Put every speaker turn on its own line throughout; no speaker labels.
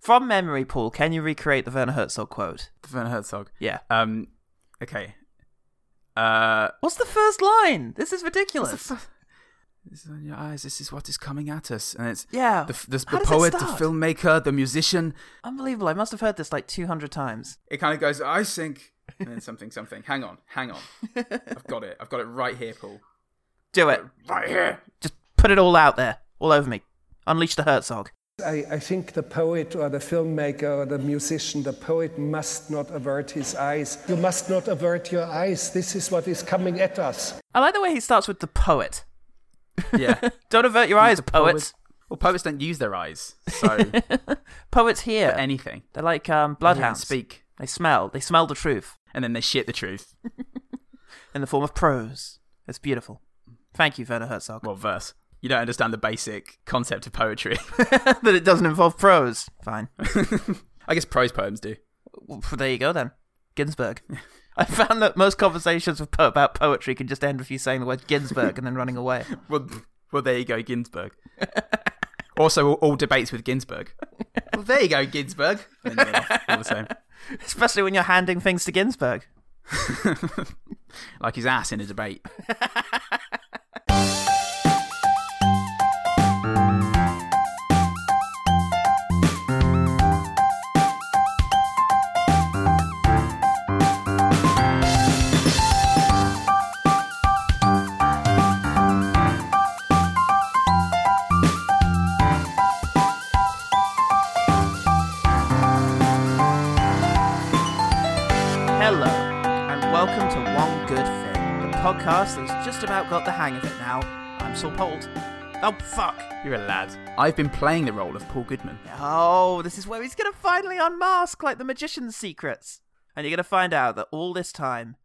from memory, Paul, can you recreate the Werner Herzog quote?
Werner Herzog.
Yeah.
Um, okay. Uh,
What's the first line? This is ridiculous.
this is on your eyes. This is what is coming at us, and it's
yeah.
the, f- this,
How
the
does it
poet, the
start?
filmmaker, the musician.
Unbelievable. I must have heard this like 200 times.
It kind of goes, I think, and then something, something. Hang on, hang on. I've got it. I've got it right here, Paul.
Do it.
Right here.
Just put it all out there, all over me. Unleash the Herzog.
I, I think the poet or the filmmaker or the musician, the poet must not avert his eyes. You must not avert your eyes. This is what is coming at us.
I like the way he starts with the poet.
Yeah.
Don't avert your eyes,
Poets.
poets.
Well, poets don't use their eyes, so
Poets here.
anything.
They're like um,
They don't
bloodhounds.
Speak,
They smell. They smell the truth
and then they shit the truth.
in the form of prose. It's beautiful. Thank you, Werner Herzog.
Well, verse. You don't understand the basic concept of poetry.
that it doesn't involve prose. Fine.
I guess prose poems do.
Well, there you go then. Ginsberg. I found that most conversations with po- about poetry can just end with you saying the word Ginsberg and then running away.
Well, well, there you go, Ginsburg. also, all, all debates with Ginsburg. Well, there you go, Ginsburg. And then you're off, all the same.
Especially when you're handing things to Ginsberg.
Like his ass in a debate.
Hello, and welcome to One Good Thing, the podcast that's just about got the hang of it now. I'm Saul Pold. Oh, fuck.
You're a lad. I've been playing the role of Paul Goodman.
Oh, this is where he's going to finally unmask like the magician's secrets. And you're going to find out that all this time,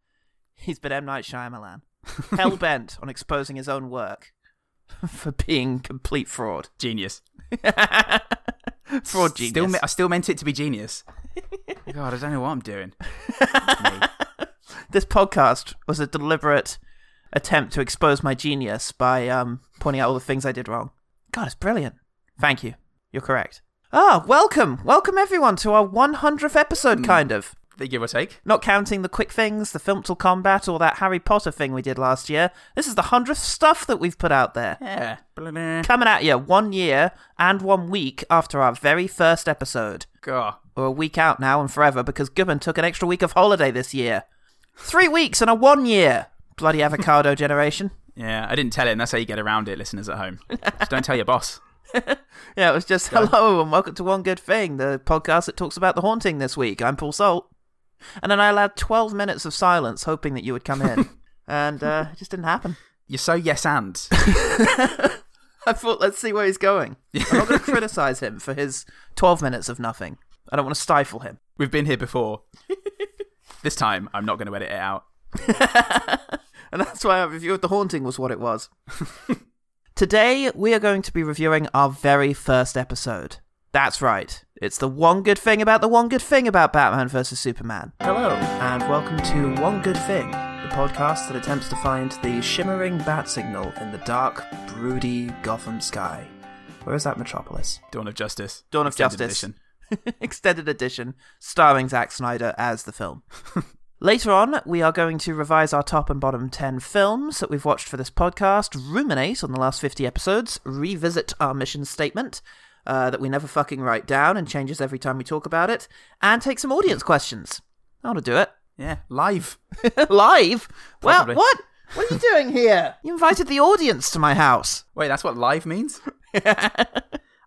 he's been M. Night Shyamalan, hell bent on exposing his own work for being complete fraud.
Genius.
fraud genius.
Still, me- I still meant it to be genius. God, I don't know what I'm doing.
this podcast was a deliberate attempt to expose my genius by um, pointing out all the things I did wrong. God, it's brilliant. Thank you. You're correct. Ah, welcome. Welcome, everyone, to our 100th episode, kind of.
They give or take.
Not counting the quick things, the film till combat, or that Harry Potter thing we did last year. This is the 100th stuff that we've put out there.
Yeah.
Coming at you one year and one week after our very first episode.
God.
We're a week out now and forever because Goodman took an extra week of holiday this year. Three weeks and a one year. Bloody avocado generation.
Yeah, I didn't tell it, and that's how you get around it, listeners at home. Just don't tell your boss.
Yeah, it was just hello and welcome to One Good Thing, the podcast that talks about the haunting this week. I'm Paul Salt. And then I allowed 12 minutes of silence hoping that you would come in. and uh, it just didn't happen.
You're so yes and.
I thought, let's see where he's going. I'm not going to criticize him for his 12 minutes of nothing. I don't want to stifle him.
We've been here before. this time, I'm not going to edit it out.
And that's why our review of The Haunting was what it was. Today, we are going to be reviewing our very first episode. That's right. It's the one good thing about the one good thing about Batman vs. Superman.
Hello.
And welcome to One Good Thing, the podcast that attempts to find the shimmering bat signal in the dark, broody Gotham sky. Where is that metropolis?
Dawn of Justice.
Dawn of
Extended
Justice.
edition.
extended edition, starring Zack Snyder as the film. Later on, we are going to revise our top and bottom 10 films that we've watched for this podcast, ruminate on the last 50 episodes, revisit our mission statement uh, that we never fucking write down and changes every time we talk about it, and take some audience questions. I want to do it.
Yeah, live.
Live? Well,
Probably.
what? What are you doing here? You invited the audience to my house.
Wait, that's what live means?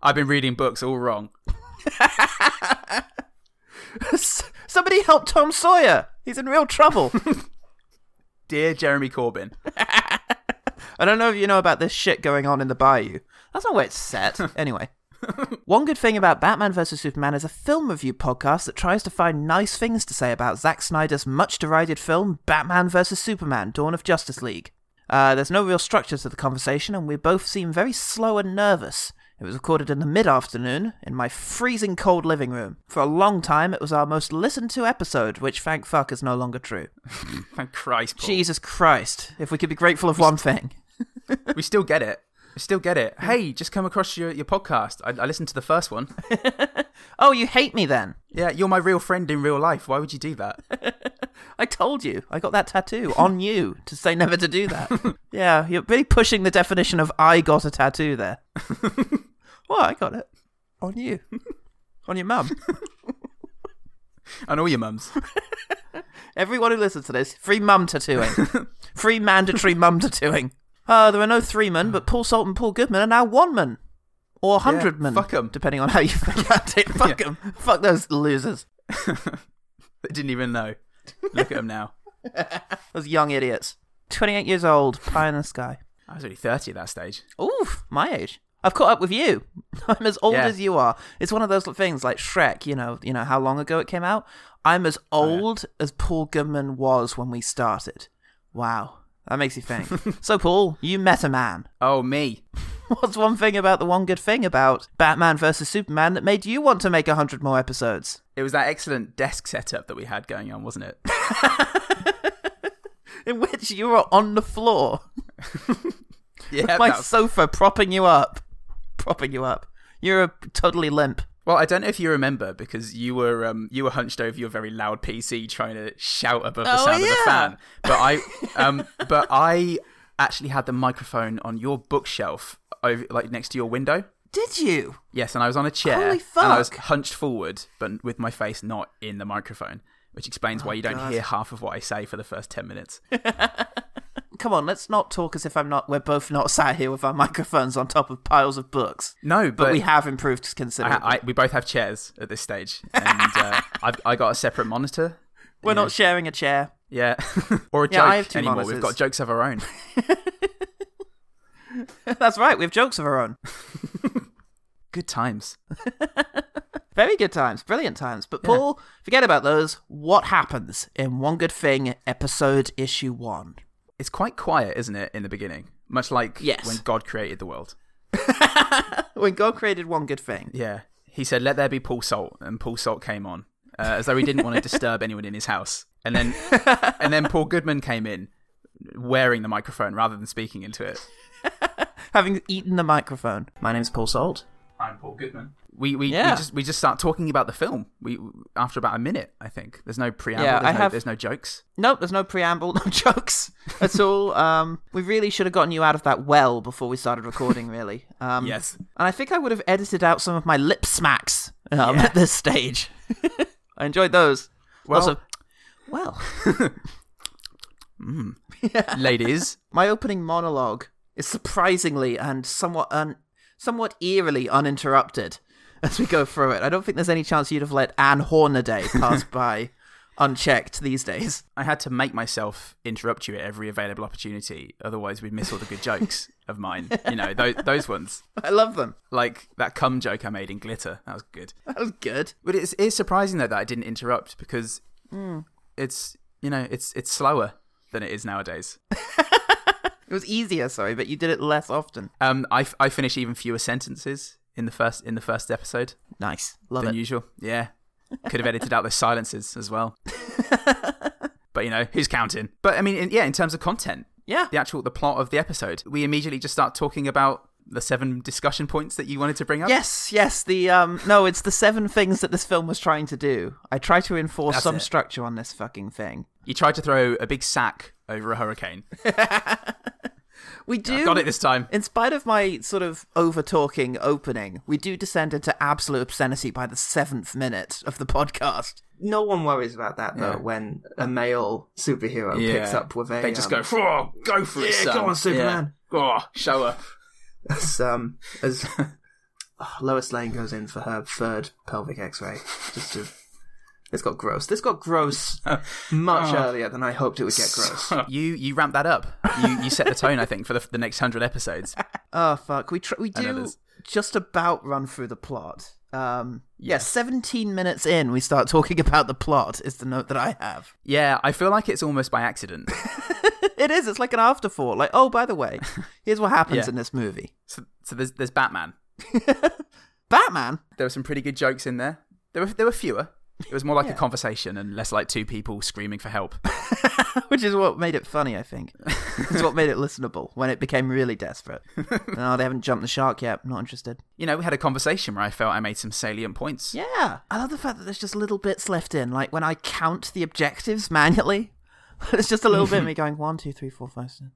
I've been reading books all wrong.
Somebody help Tom Sawyer. He's in real trouble.
Dear Jeremy Corbyn.
I don't know if you know about this shit going on in the bayou. That's not where it's set. anyway. One good thing about Batman vs. Superman is a film review podcast that tries to find nice things to say about Zack Snyder's much derided film, Batman vs. Superman Dawn of Justice League. Uh, there's no real structure to the conversation, and we both seem very slow and nervous. It was recorded in the mid afternoon in my freezing cold living room. For a long time, it was our most listened to episode, which thank fuck is no longer true.
Thank Christ, Paul.
Jesus Christ, if we could be grateful of one thing.
We still get it. We still get it. Hey, just come across your, your podcast. I, I listened to the first one.
Oh, you hate me then?
Yeah, you're my real friend in real life. Why would you do that?
I told you. I got that tattoo on you to say never to do that. yeah, you're really pushing the definition of I got a tattoo there. well, I got it on you, on your mum.
and all your mums.
Everyone who listens to this, free mum tattooing, free mandatory mum tattooing. Uh, there are no three men, but Paul Salt and Paul Goodman are now one man or hundred men.
fuck 'em.
depending on how you forget it. Fuck them, fuck those losers,
They didn't even know. Look at them now.
those young idiots. Twenty-eight years old, pie in the sky.
I was only 30 at that stage.
Oof, my age. I've caught up with you. I'm as old
Yeah.
as you are. It's one of those things like Shrek, you know, you know how long ago it came out. I'm as old as Paul Goodman was when we started. Wow. That makes you think. so Paul, you met a man.
Oh, me.
What's one thing about the one good thing about Batman versus Superman that made you want to make a hundred more episodes?
It was that excellent desk setup that we had going on, wasn't it?
In which you were on the floor.
Yeah,
my
that was-
sofa propping you up. Propping you up. You're totally limp.
Well, I don't know if you remember because you were um, you were hunched over your very loud PC trying to shout above the
Oh,
sound
yeah.
of the fan. But I um, but I actually had the microphone on your bookshelf over like next to your window.
Did you?
Yes, and I was on a chair
Holy
and I was
fuck.
hunched forward, but with my face not in the microphone, which explains
Oh,
why you don't hear half of what I say for the first ten minutes.
come on, let's not talk as if I'm not. We're both not sat here with our microphones on top of piles of books.
No,
but,
but-
we have improved
I,
considerably.
I, we both have chairs at this stage, and uh, I've, I got a separate monitor.
we're not sharing a chair.
Yeah, or a
Yeah,
joke
I have two
anymore. We've
monitors.
got jokes of our own.
That's right. We have jokes of our own.
Good times.
Very good times, brilliant times. But Paul, forget about those. What happens in One Good Thing, episode issue one?
It's quite quiet, isn't it, in the beginning? Much like
Yes.
when God created the world.
When God created One Good Thing.
Yeah. He said, Let there be Paul Salt. And Paul Salt came on, uh, as though he didn't want to disturb anyone in his house. And then, and then Paul Goodman came in wearing the microphone rather than speaking into it.
Having eaten the microphone. My name's Paul Salt.
I'm Paul Goodman. We, we,
Yeah.
we, just, we just start talking about the film we after about a minute, I think. There's no preamble,
Yeah,
there's,
I
no,
have-
there's no jokes.
Nope, there's no preamble, no jokes at all. Um, we really should have gotten you out of that well before we started recording, really. Um,
Yes.
And I think I would have edited out some of my lip smacks um, at this stage. I enjoyed those.
Well-
also, well,
Ladies,
my opening monologue is surprisingly and somewhat un- somewhat eerily uninterrupted as we go through it. I don't think there's any chance you'd have let Anne Hornaday pass by unchecked these days.
I had to make myself interrupt you at every available opportunity. Otherwise, we'd miss all the good jokes of mine. You know, those, those ones.
I love them.
like that cum joke I made in glitter. That was good.
That was good.
But it's, it's surprising though that I didn't interrupt because
Hmm.
it's you know it's it's slower than it is nowadays.
It was easier, sorry, but you did it less often.
Um, I, f- I finish even fewer sentences in the first in the first episode
Nice. Love
than
it.
usual. Yeah, could have edited out the silences as well. but you know who's counting? But I mean, in, yeah, in terms of content,
yeah.
the actual the plot of the episode, we immediately just start talking about the seven discussion points that you wanted to bring up.
Yes, yes. The um, no, it's the seven things that this film was trying to do. I try to enforce
That's
some
it.
structure on this fucking thing.
You tried to throw a big sack over a hurricane.
We do.
Got it this time.
In spite of my sort of over talking opening, we do descend into absolute obscenity by the seventh minute of the podcast.
No one worries about that though.
Yeah.
When a male superhero picks up with a,
They just
um,
go, "Oh, go for it,
Yeah,
son.
go on, Superman."
Yeah. Oh, show her.
as, um, as oh, Lois Lane goes in for her third pelvic X-ray. Just to, this got gross. This got gross
Oh.
much earlier than I hoped it would get gross.
you you ramp that up. You you set the tone, I think, for the, the next hundred episodes.
Oh fuck, we tr- we
know
do
this.
just about run through the plot. Um, yeah, seventeen minutes in, we start talking about the plot. Is the note that I have.
Yeah, I feel like it's almost by accident.
It is. It's like an afterthought. Like, oh, by the way, here's what happens
Yeah.
in this movie.
So, so there's there's Batman.
Batman.
There were some pretty good jokes in there. There were there were fewer. It was more like a conversation and less like two people screaming for help.
Which is what made it funny, I think. it's what made it listenable when it became really desperate. oh, they haven't jumped the shark yet. Not interested.
You know, we had a conversation where I felt I made some salient points.
Yeah. I love the fact that there's just little bits left in. Like when I count the objectives manually, it's just a little bit of me going one, two, three, four, five, six.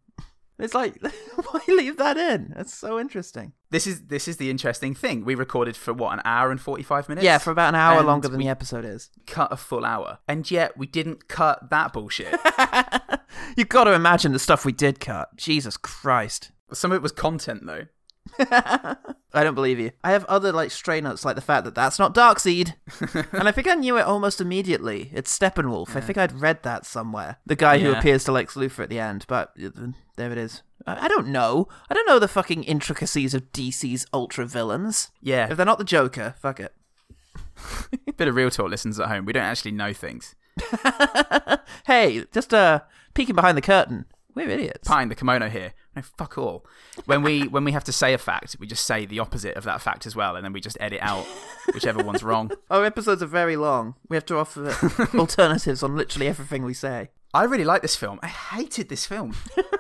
It's like, why leave that in? That's so interesting.
This is this is the interesting thing. We recorded for what an hour and forty five minutes.
Yeah, for about an hour
And
longer than
we
the episode is.
cut a full hour, and yet we didn't cut that bullshit.
You got to imagine the stuff we did cut. Jesus Christ.
Some of it was content though.
I don't believe you. I have other like stray notes, like the fact that that's not Darkseid, and I think I knew it almost immediately. It's Steppenwolf. I think I'd read that somewhere. The guy who
Yeah.
appears to Lex Luthor at the end, but uh, there it is. I I don't know. I don't know the fucking intricacies of DC's ultra villains.
Yeah,
If they're not the Joker, fuck it.
bit of real talk listeners at home. We don't actually know things.
Hey, just uh, peeking behind the curtain. We're idiots.
Tying the kimono here. No, fuck all. When we when we have to say a fact, we just say the opposite of that fact as well, and then we just edit out whichever one's wrong.
Our episodes are very long. We have to offer alternatives on literally everything we say.
I really like this film. I hated this film.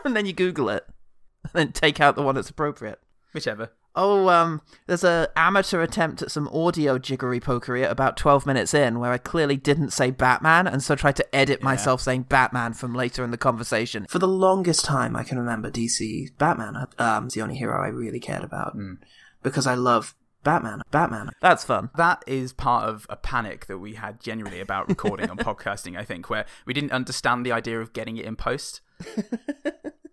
and then you Google it, and then take out the one that's appropriate.
Whichever.
Oh, um, there's a amateur attempt at some audio jiggery pokery at about 12 minutes in, where I clearly didn't say Batman, and so tried to edit myself saying Batman from later in the conversation.
For the longest time I can remember, DC Batman um, is the only hero I really cared about because I love Batman. Batman.
That's fun.
That is part of a panic that we had generally about recording and podcasting, I think, where we didn't understand the idea of getting it in post.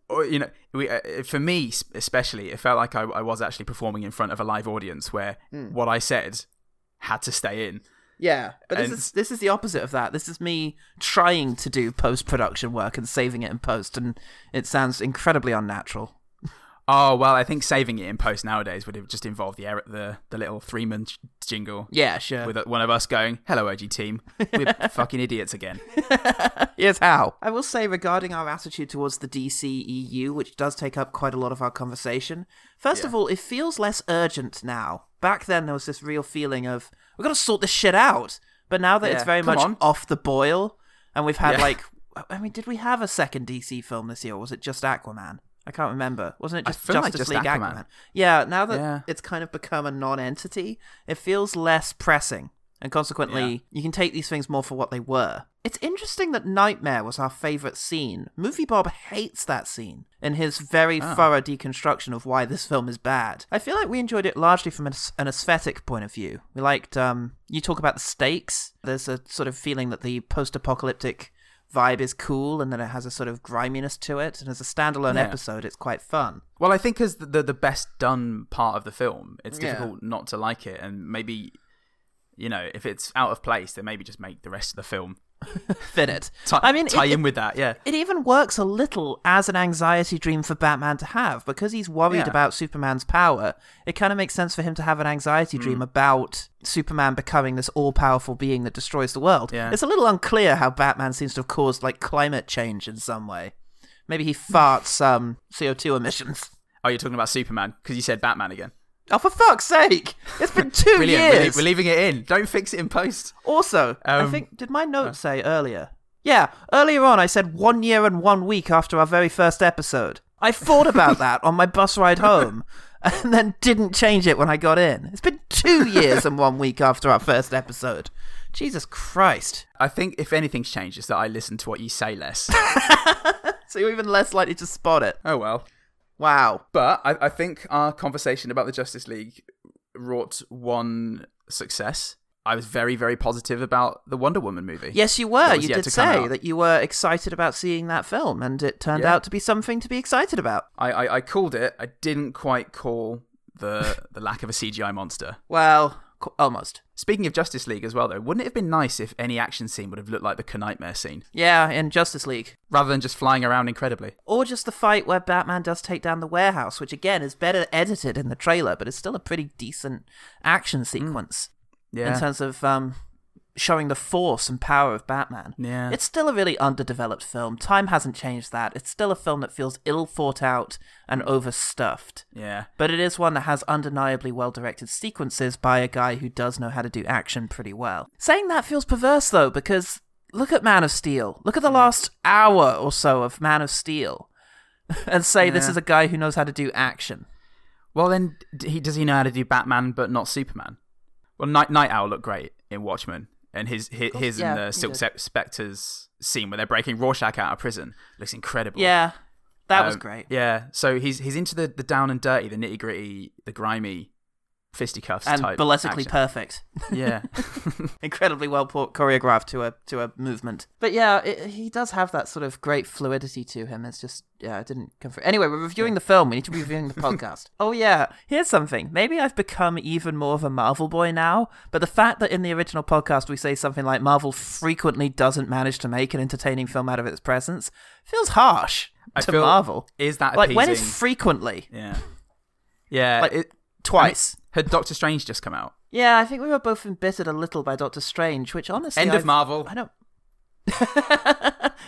or, you know, we, uh, for me s- especially, it felt like I, I was actually performing in front of a live audience where what I said had to stay in.
Yeah, but this
And-
is this is the opposite of that. This is me trying to do post production work and saving it in post, and it sounds incredibly unnatural.
Oh, well, I think saving it in post nowadays would have just involved the air, the, the little three man j- jingle.
Yeah, sure.
With uh, one of us going, hello, OG team. We're fucking idiots again.
Here's how. I will say regarding our attitude towards the DC EU, which does take up quite a lot of our conversation, first of all, it feels less urgent now. Back then, there was this real feeling of, we've got to sort this shit out. But now that it's
Yeah,
very
come
much
on.
off the boil, and we've had
Yeah.
like, I mean, did we have a second DC film this year, or was it just Aquaman? I can't remember. Wasn't it
I
just
feel like
Justice
just
League
Aquaman.
Yeah, now that
Yeah.
it's kind of become a non entity, it feels less pressing. And consequently,
Yeah.
you can take these things more for what they were. It's interesting that Nightmare was our favourite scene. Movie Bob hates that scene in his very
Ah.
thorough deconstruction of why this film is bad. I feel like we enjoyed it largely from an an aesthetic point of view. We liked, um, you talk about the stakes. There's a sort of feeling that the post apocalyptic vibe is cool and that it has a sort of griminess to it. And as a standalone
Yeah.
episode, it's quite fun.
Well, I think as the the, the best done part of the film, it's
Yeah.
difficult not to like it, and maybe you know if it's out of place, then maybe just make the rest of the film
Fit it.
ti-
I mean,
tie
it-
in with that. Yeah,
it even works a little as an anxiety dream for Batman to have because he's worried
Yeah.
about Superman's power. It kind of makes sense for him to have an anxiety
Mm.
dream about Superman becoming this all-powerful being that destroys the world.
Yeah.
It's a little unclear how Batman seems to have caused like climate change in some way. Maybe he farts um, CO2 emissions.
oh, you're talking about Superman because you said Batman again.
Oh, for fuck's sake! It's been two
Brilliant. We're,
years.
lea- we're leaving it in. Don't fix it in post.
Also, I
Um,
think did my note say earlier? Yeah, earlier on I said one year and one week after our very first episode. I thought about that on my bus ride home, and then didn't change it when I got in. It's been two years and one week after our first episode. Jesus Christ!
I think if anything's changed, it's that I listen to what you say less.
So you're even less likely to spot it.
oh well.
Wow.
But I, I think our conversation about the Justice League wrought one success. I was very, very positive about the Wonder Woman movie.
Yes, you were.
That was
You
yet
did
to come
say
out.
that you were excited about seeing that film, and it turned
Yeah.
out to be something to be excited about.
I, I, I called it. I didn't quite call the the lack of a CGI monster.
Well, qu- almost.
Speaking of Justice League as well, though, wouldn't it have been nice if any action scene would have looked like the Knightmare scene
Yeah, in Justice League.
rather than just flying around incredibly?
or just the fight where Batman does take down the warehouse, which again is better edited in the trailer, but it's still a pretty decent action sequence
Mm. Yeah,
in terms of um, showing the force and power of Batman.
Yeah.
It's still a really underdeveloped film. Time hasn't changed that. It's still a film that feels ill thought out and overstuffed.
Yeah.
But it is one that has undeniably well directed sequences by a guy who does know how to do action pretty well. Saying that feels perverse though, because look at Man of Steel. Look at
Hmm.
the last hour or so of Man of Steel and say this
Yeah.
is a guy who knows how to do action.
Well, then, d- he does he know how to do Batman but not Superman? Well, Night Night Owl looked great in Watchmen, and his his, his
yeah,
and
he
the Silk
did.
Se- Spectre's scene where they're breaking Rorschach out of prison looks incredible.
Yeah. That was Oh,
Um,
great.
Yeah, so he's he's into the, the down and dirty, the nitty gritty, the grimy, fisticuffs
And
type.
ballistically
action.
perfect.
Yeah,
incredibly well por- choreographed to a to a movement. But yeah, it, he does have that sort of great fluidity to him. It's just yeah, it didn't come through. Anyway, we're reviewing the film. We need to be reviewing the podcast. oh yeah, here's something. Maybe I've become even more of a Marvel boy now. But the fact that in the original podcast we say something like Marvel frequently doesn't manage to make an entertaining film out of its presence feels harsh
I
to
feel-
Marvel.
is that
Like when is
appeasing?
frequently?
yeah, yeah.
Like,
it,
Twice.
had Doctor Strange just come out?
Yeah, I think we were both embittered a little by Doctor Strange, which honestly
End of
I've-
Marvel.
I don't.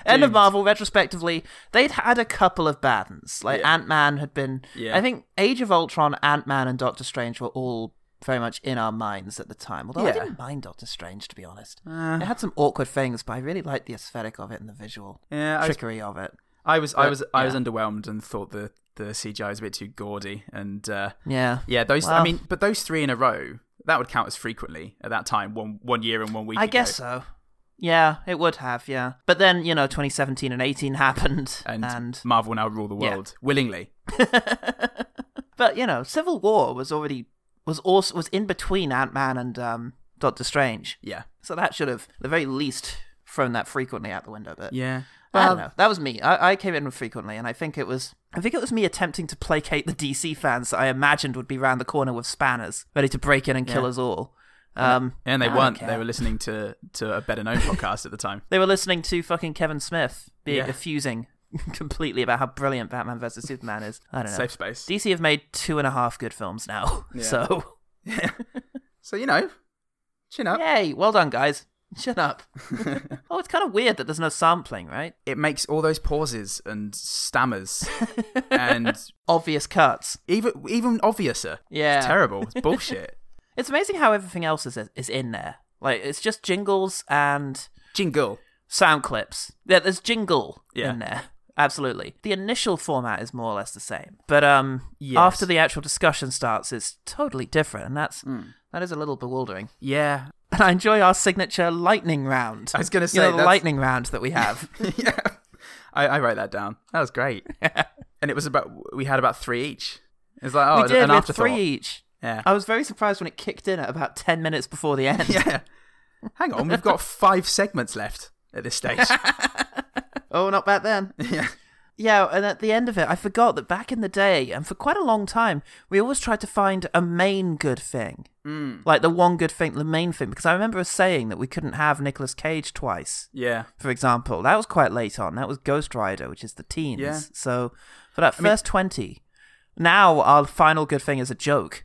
End of
Doomed.
Marvel retrospectively, they'd had a couple of bad ones. Like
Yeah.
Ant Man had been.
Yeah.
I think Age of Ultron, Ant Man, and Doctor Strange were all very much in our minds at the time. Although I
Yeah. Eh.
didn't mind Doctor Strange to be honest. it had some awkward things, but I really liked the aesthetic of it and the visual
Yeah, I was-
trickery of it.
I was I
But,
was I was
yeah.
underwhelmed and thought the the CGI was a bit too gaudy and uh,
Yeah.
yeah those I
Well.
mean but those three in a row that would count as frequently at that time one one year and one week
I
ago.
guess so. Yeah, it would have. Yeah, but then you know, 2017 and 18 happened,
and,
and
Marvel now rule the
Yeah.
world willingly
But you know, Civil War was already was also was in between Ant Man and um, Doctor Strange,
yeah
so that should have at the very least thrown that frequently out the window. But
yeah Um,
I don't know. That was me. I, I came in with frequently, and I think it was I think it was me attempting to placate the DC fans that I imagined would be round the corner with spanners, ready to break in and kill
Yeah.
us all. Um,
and
I
they
don't
weren't
care.
they were listening to to a better known podcast at the time
They were listening to fucking Kevin Smith be
Yeah.
effusing completely about how brilliant Batman vs Superman is. I don't know.
safe space
DC have made two and a half good films now, so
so you know chin up
Yay! Well done, guys. Shut up. oh, it's kind of weird that there's no sampling, right?
it makes all those pauses and stammers and
Obvious cuts.
even even obviouser
Yeah.
it's terrible it's bullshit
It's amazing how everything else is is in there. Like it's just jingles and
jingle
sound clips. Yeah, there's jingle
Yeah.
in there. Absolutely. The initial format is more or less the same, but um,
Yes.
after the actual discussion starts, it's totally different, and that's
Hmm.
that is a little bewildering.
yeah
And I enjoy our signature lightning round.
I was gonna
You
say,
know, the
that's-
lightning round that we have.
yeah. I, I wrote that down. That was great. and it was about we had about three each. It's like oh,
we did
an
we had
afterthought.
three Oh, each.
Yeah.
I was very surprised when it kicked in at about ten minutes before the end.
yeah. Hang on, we've got five segments left at this stage.
Oh, not back then.
yeah.
Yeah, and at the end of it, I forgot that back in the day, and for quite a long time, we always tried to find a main good thing, mm. like the one good thing, the main thing. Because I remember us saying that we couldn't have Nicolas Cage twice,
Yeah.
for example. That was quite late on. That was Ghost Rider, which is the teens.
Yeah.
So for that first twenty, now our final good thing is a joke.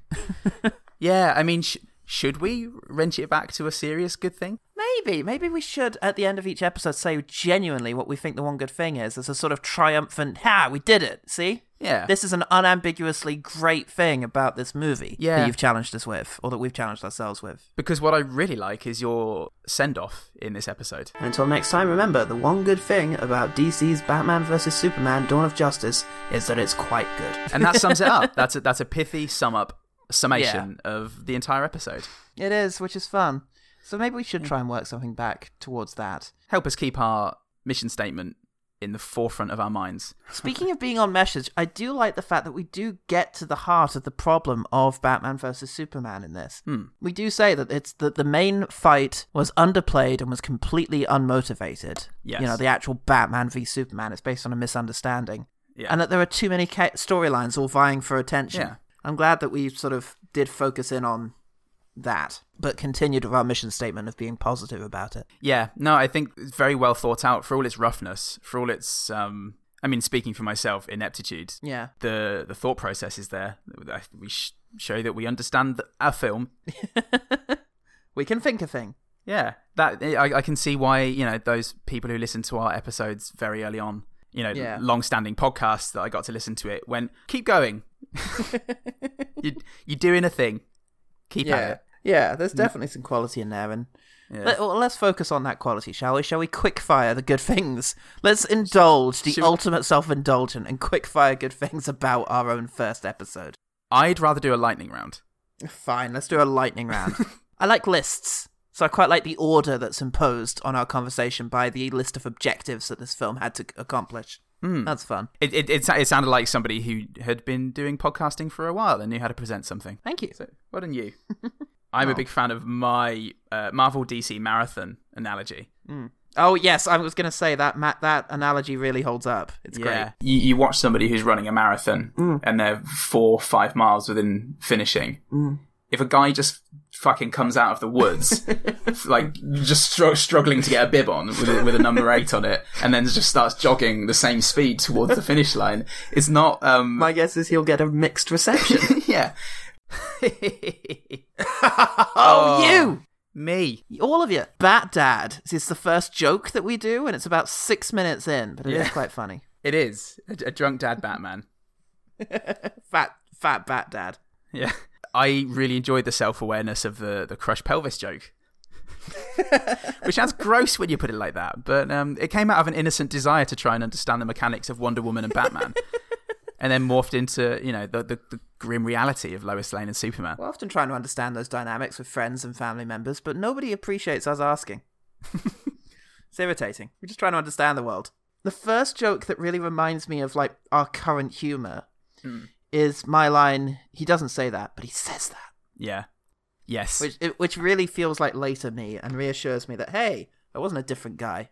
Yeah. I mean, sh- should we wrench it back to a serious good thing?
Maybe, maybe we should at the end of each episode say genuinely what we think the one good thing is as a sort of triumphant ha, we did it. See?
Yeah.
This is an unambiguously great thing about this movie
Yeah.
that you've challenged us with, or that we've challenged ourselves with.
Because what I really like is your send off in this episode.
And until next time, remember the one good thing about DC's Batman vs Superman: Dawn of Justice is that it's quite good.
And that sums it up. That's a, that's a pithy sum up summation of the entire episode.
It is, which is fun. So maybe we should try and work something back towards that.
Help us keep our mission statement in the forefront of our minds.
Speaking of being on message, I do like the fact that we do get to the heart of the problem of Batman versus Superman in this.
Hmm.
We do say that it's that the main fight was underplayed and was completely unmotivated.
Yes.
You know, the actual Batman v Superman is based on a misunderstanding.
Yeah.
And that there are too many ca- storylines all vying for attention.
Yeah.
I'm glad that we sort of did focus in on that, but continued with our mission statement of being positive about it.
Yeah, no, I think it's very well thought out for all its roughness, for all its um I mean speaking for myself ineptitude.
Yeah.
The the thought process is there. I- We sh- show that we understand th- our film.
We can think a thing.
Yeah. that I, I can see why you know those people who listened to our episodes very early on, you know,
Yeah.
long-standing podcasts that I got to listen to it went, keep going, you, you're doing a thing, keep at
yeah.
it. Mm.
Yeah, there's definitely some quality in there, and
Yeah.
let, well, let's focus on that quality, shall we? Shall we quick fire the good things? Let's indulge the
Should we-
ultimate self-indulgent and quick fire good things about our own first episode.
I'd rather do a lightning round.
Fine, let's do a lightning round. I like lists, so I quite like the order that's imposed on our conversation by the list of objectives that this film had to accomplish.
Hmm.
That's fun.
It, it, it, sa- it sounded like somebody who had been doing podcasting for a while and knew how to present something.
Thank you.
So, well done, you. I'm a big fan of my uh, Marvel DC marathon analogy.
Oh yes, I was going to say that Matt. That analogy really holds up. It's
Yeah. Mm. You, you watch somebody who's running a marathon and they're four, five miles within finishing. If a guy just fucking comes out of the woods, like just stro- struggling to get a bib on with a, with a number eight on it, and then just starts jogging the same speed towards the finish line, it's not. Um,
My guess is he'll get a mixed reception.
yeah.
great. Oh, you.
Me.
All of you. Bat Dad is the first joke that we do, and it's about six minutes in, but it is
Yeah.
quite funny.
It is a, a drunk dad Batman.
Fat, fat Bat Dad.
Yeah. I really enjoyed the self awareness of the, the crushed pelvis joke. Which sounds gross when you put it like that, but um, it came out of an innocent desire to try and understand the mechanics of Wonder Woman and Batman, and then morphed into you know the, the, the grim reality of Lois Lane and Superman.
We're often trying to understand those dynamics with friends and family members, but nobody appreciates us asking. it's irritating. We're just trying to understand the world. The first joke that really reminds me of like our current humor Hmm. is my line. He doesn't say that, but he says that,
Yeah, yes,
which it, which really feels like later me and reassures me that hey, I wasn't a different guy,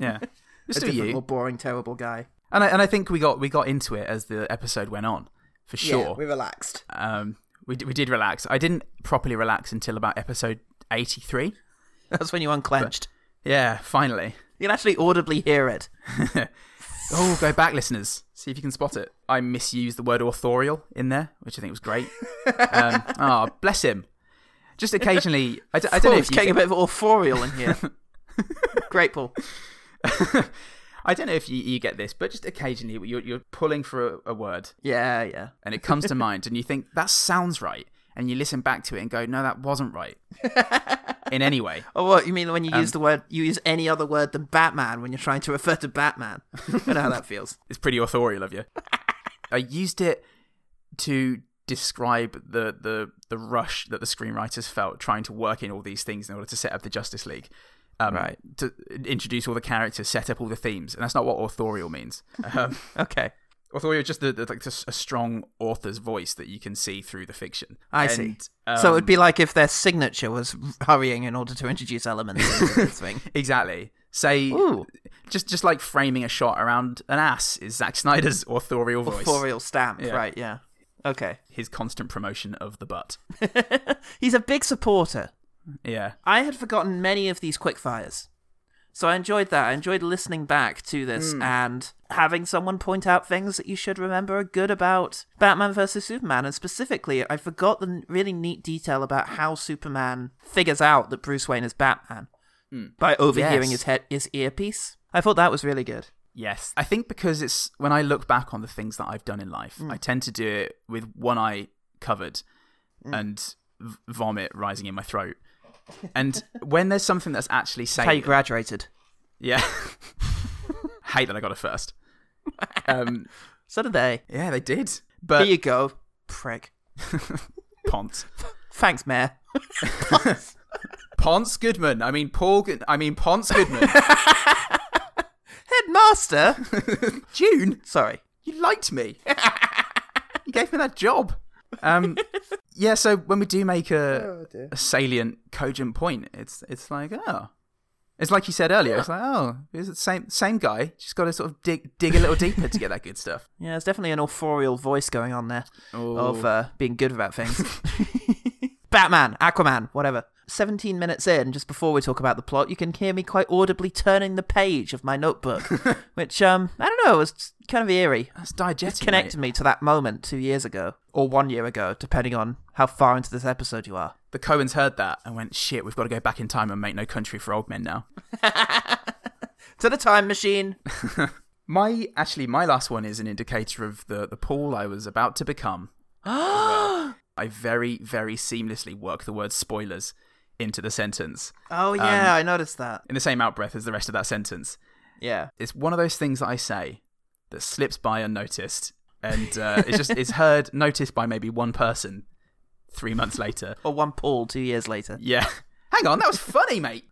yeah,
a
just do
different,
you.
more boring, terrible guy.
And I, and I think we got we got into it as the episode went on, for sure.
Yeah, we relaxed.
um, we d- we did relax. I didn't properly relax until about episode eighty three.
That's when you unclenched.
Yeah, finally.
You can actually audibly hear it.
Oh, go back, listeners. See if you can spot it. I misused the word authorial in there, which I think was great. um, oh, bless him. Just occasionally, I, d- I don't know
Oh,
if
it's
you
getting a
thi-
bit of authorial in here. Grateful.
I don't know if you, you get this, but just occasionally you're, you're pulling for a, a word
Yeah, yeah.
and it comes to mind, and you think that sounds right, and you listen back to it and go, no, that wasn't right. in any way,
Oh, what you mean when you
Um,
use the word you use any other word than Batman when you're trying to refer to Batman? I know how that feels.
it's pretty authorial of you. I used it to describe the, the the rush that the screenwriters felt trying to work in all these things in order to set up the Justice League. Um,
Right.
To introduce all the characters, set up all the themes, and that's not what authorial means. Um,
Okay,
authorial is just the, the, like just a strong author's voice that you can see through the fiction.
I
And,
see.
um,
so it would be like if their signature was hurrying in order to introduce elements into this thing.
um, exactly say
Ooh.
just just like framing a shot around an ass is Zack Snyder's authorial voice.
Authorial stamp,
Yeah.
right? Yeah. Okay.
His constant promotion of the butt.
He's a big supporter.
Yeah.
I had forgotten many of these quickfires. So I enjoyed that. I enjoyed listening back to this and having someone point out things that you should remember are good about Batman versus Superman. And specifically, I forgot the n- really neat detail about how Superman figures out that Bruce Wayne is Batman by overhearing
Yes.
his head his earpiece. I thought that was really good.
Yes. I think because it's when I look back on the things that I've done in life, I tend to do it with one eye covered and v- vomit rising in my throat. And when there's something that's actually
How you
saying,
graduated.
yeah, hate that I got it first. Um,
So did they.
yeah, they did.
Here you
But
go, prick.
Ponce,
Thanks, Mayor.
Ponce Goodman. I mean Paul. Good- I mean Ponce Goodman.
Headmaster.
June,
Sorry.
you liked me. you gave me that job. Um, yeah. So when we do make a, a salient, cogent point, it's it's like oh, it's like you said earlier. It's like oh, it's the same same guy. Just got to sort of dig dig a little deeper to get that good stuff.
Yeah, there's definitely an authorial voice going on there of uh, being good about things. Batman, Aquaman, whatever. 17 minutes in, just before we talk about the plot, you can hear me quite audibly turning the page of my notebook, which, um, I don't know, was kind of eerie.
That's diegetic.
Connected
mate.
me to that moment two years ago. or one year ago, depending on how far into this episode you are.
The Cohens heard that and went, shit, we've got to go back in time and make No Country for Old Men now.
To the time machine.
My actually my last one is an indicator of the the pool I was about to become. I very very seamlessly work the word spoilers into the sentence
Oh yeah, I noticed that.
in the same outbreath as the rest of that sentence.
Yeah.
It's one of those things that I say that slips by unnoticed, and uh, it's just it's heard noticed by maybe one person three months later.
Or one pool two years later.
Yeah, hang on, that was funny, mate.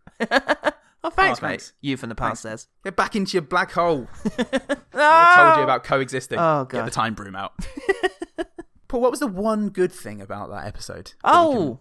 Oh, thanks,
Oh,
mate.
thanks.
You from the past Ah, says.
Get back into your black hole. I told you about coexisting.
Oh,
Get
God.
the time broom out. Paul, what was the one good thing about that episode? that we
Oh,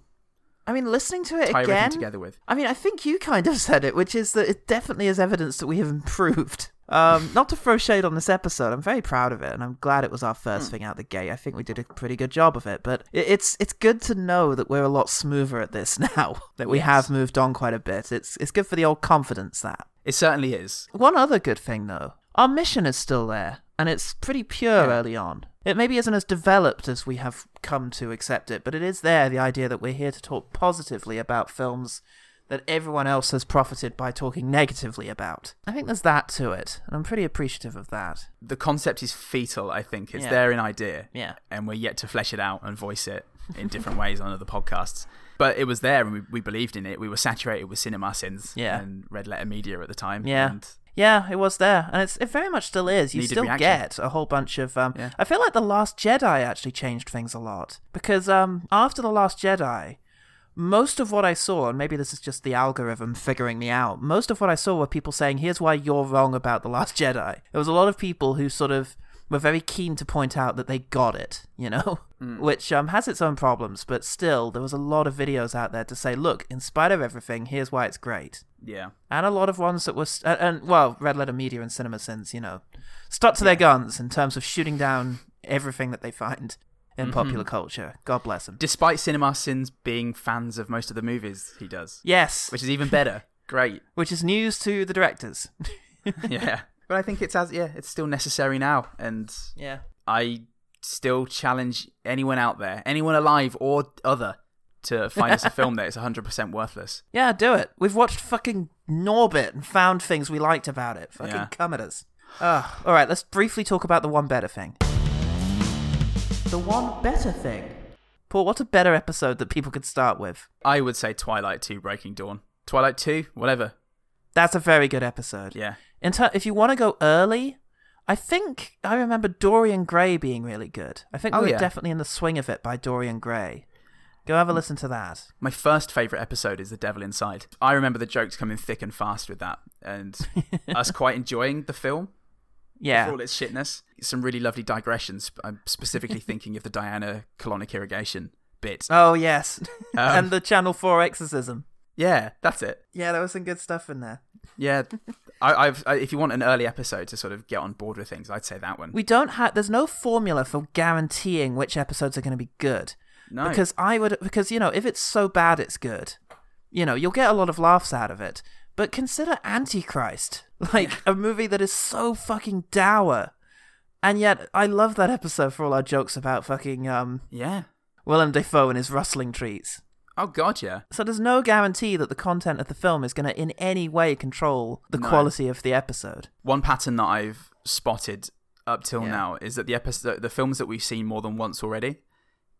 I mean, listening to it
can tie
again.
everything together with.
I mean, I think you kind of said it, which is that it definitely is evidence that we have improved. Um, not to throw shade on this episode, I'm very proud of it, and I'm glad it was our
Hmm.
first thing out the gate. I think we did a pretty good job of it, but it, it's it's good to know that we're a lot smoother at this now. That we have moved on quite a bit. It's it's good for the old confidence that.
It certainly is.
One other good thing, though, our mission is still there, and it's pretty pure early on. It maybe isn't as developed as we have come to accept it, but it is there the idea that we're here to talk positively about films that everyone else has profited by talking negatively about. I think there's that to it, and I'm pretty appreciative of that.
The concept is fetal, I think. It's
Yeah.
there in idea.
Yeah.
And we're yet to flesh it out and voice it in different ways on other podcasts. But it was there and we, we believed in it. We were saturated with cinema sins
Yeah.
and red letter media at the time.
Yeah.
And
Yeah, it was there, and it's it very much still is. You
Needed
still
reaction.
get a whole bunch of. Um,
Yeah.
I feel like the Last Jedi actually changed things a lot because um, after the Last Jedi, most of what I saw, and maybe this is just the algorithm figuring me out, most of what I saw were people saying, "Here's why you're wrong about the Last Jedi." It was a lot of people who sort of were very keen to point out that they got it, you know,
Mm.
which um, has its own problems, but still, there was a lot of videos out there to say, "Look, in spite of everything, here's why it's great."
yeah.
and a lot of ones that were st- and, and well red letter media and cinema sins you know stuck to their guns in terms of shooting down everything that they find in
Mm-hmm.
popular culture god bless them
Despite cinema sins being fans of most of the movies he does,
yes
which is even better. Great.
which is news to the directors
yeah. But I think it's as yeah, it's still necessary now, and
yeah
I still challenge anyone out there, anyone alive or other, to find us a film that is 100% worthless.
yeah do it we've watched fucking norbit and found things we liked about it fucking
Yeah.
come at us Ugh. all right let's briefly talk about the one better thing the one better thing paul what's a better episode that people could start with
I would say Twilight 2 Breaking Dawn. Twilight 2, whatever.
that's a very good episode
Yeah.
In ter- if you want to go early, I think I remember Dorian Gray being really good. I think
Oh,
we were
yeah.
definitely in the swing of it by Dorian Gray. Go have a listen to that.
My first favourite episode is The Devil Inside. I remember the jokes coming thick and fast with that, and us quite enjoying the film for
Yeah.
all its shitness. Some really lovely digressions. I'm specifically thinking of the Diana colonic irrigation bit. Uh,
Oh yes, and the Channel Four exorcism.
Yeah, that's it.
Um. Yeah, there was some good stuff in there.
Yeah, I, I've. I, if you want an early episode to sort of get on board with things, I'd say that one.
We don't have. There's no formula for guaranteeing which episodes are going to be good.
no,
Because I would because you know, if it's so bad it's good, you know, you'll get a lot of laughs out of it. But consider Antichrist, like a movie that is so fucking dour. And yet I love that episode for all our jokes about fucking um
yeah.
Willem Dafoe and his rustling trees.
Oh god, yeah.
So there's no guarantee that the content of the film is going to in any way control the
No.
quality of the episode.
One pattern that I've spotted up till
Yeah.
now is that the episode, the films that we've seen more than once already,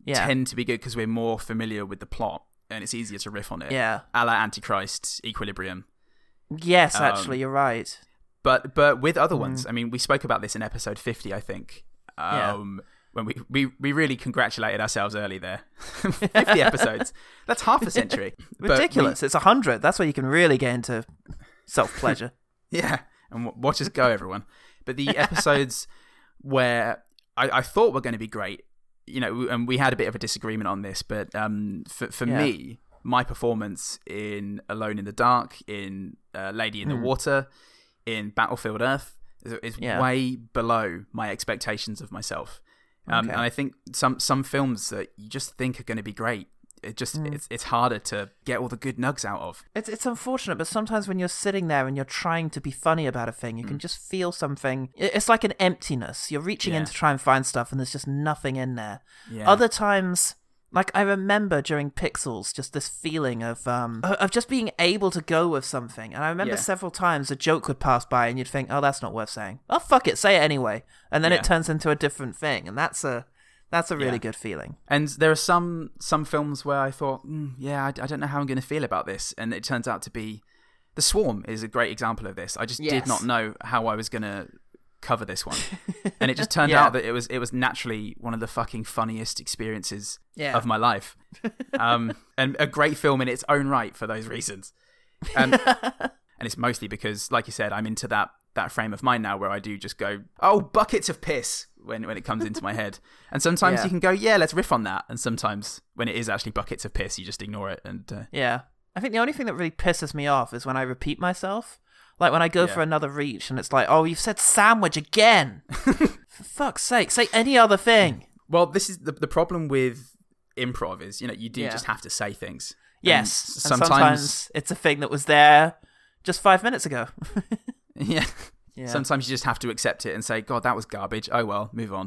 Yeah.
tend to be good because we're more familiar with the plot and it's easier to riff on it.
Yeah.
a la Antichrist, Equilibrium.
yes,
um,
actually you're right.
But but with
Mm.
other ones, I mean, we spoke about this in episode fifty, I think.
Yeah.
Um, When we, we, we really congratulated ourselves early there. 50 episodes. That's half a century. But we-
Ridiculous. It's a 100. That's where you can really get into self-pleasure.
Yeah, and w- watch us go, everyone. But the episodes where I, I thought were going to be great, you know, and we had a bit of a disagreement on this, but um, for, for
Yeah.
me, my performance in Alone in the Dark, in uh, Lady in the Water, in Battlefield Earth is, is
Hmm. Yeah.
way below my expectations of myself. Um,
Okay.
And I think some some films that you just think are going to be great it just
Hmm.
it's it's harder to get all the good nugs out of.
It's it's unfortunate, but sometimes when you're sitting there and you're trying to be funny about a thing,
Mm.
you can just feel something. i- It's like an emptiness. You're reaching in
Yeah.
to try and find stuff, and there's just nothing in there.
Yeah.
Other times, like I remember during Pixels, just this feeling of um o- of just being able to go with something. And I remember
Yeah.
several times a joke would pass by, and you'd think, "Oh, that's not worth saying. Oh, fuck it, say it anyway." And then
Yeah.
it turns into a different thing, and that's a that's a really
Yeah.
good feeling.
And there are some some films where I thought, mm, yeah, I, I don't know how I'm going to feel about this, and it turns out to be, The Swarm is a great example of this. I just did
Yes.
not know how I was going to cover this one, and it just turned
Yeah.
out that it was it was naturally one of the fucking funniest experiences
Yeah.
of my life, um, and a great film in its own right for those reasons, and Um, and it's mostly because, like you said, I'm into that that frame of mind now where I do just go, oh, buckets of piss when when it comes into my head, and sometimes
Yeah.
you can go, yeah, let's riff on that, and sometimes when it is actually buckets of piss, you just ignore it, and uh,
Yeah. I think the only thing that really pisses me off is when I repeat myself. Like when I go
Yeah.
for another reach and it's like, oh, you've said sandwich again. for fuck's sake, say any other thing.
well, this is the the problem with improv is you know you do
Yeah.
just have to say things. And
Yes. And sometimes...
sometimes
it's a thing that was there just five minutes ago.
Yeah.
Yeah.
Sometimes you just have to accept it and say, God, that was garbage. Oh well, move on.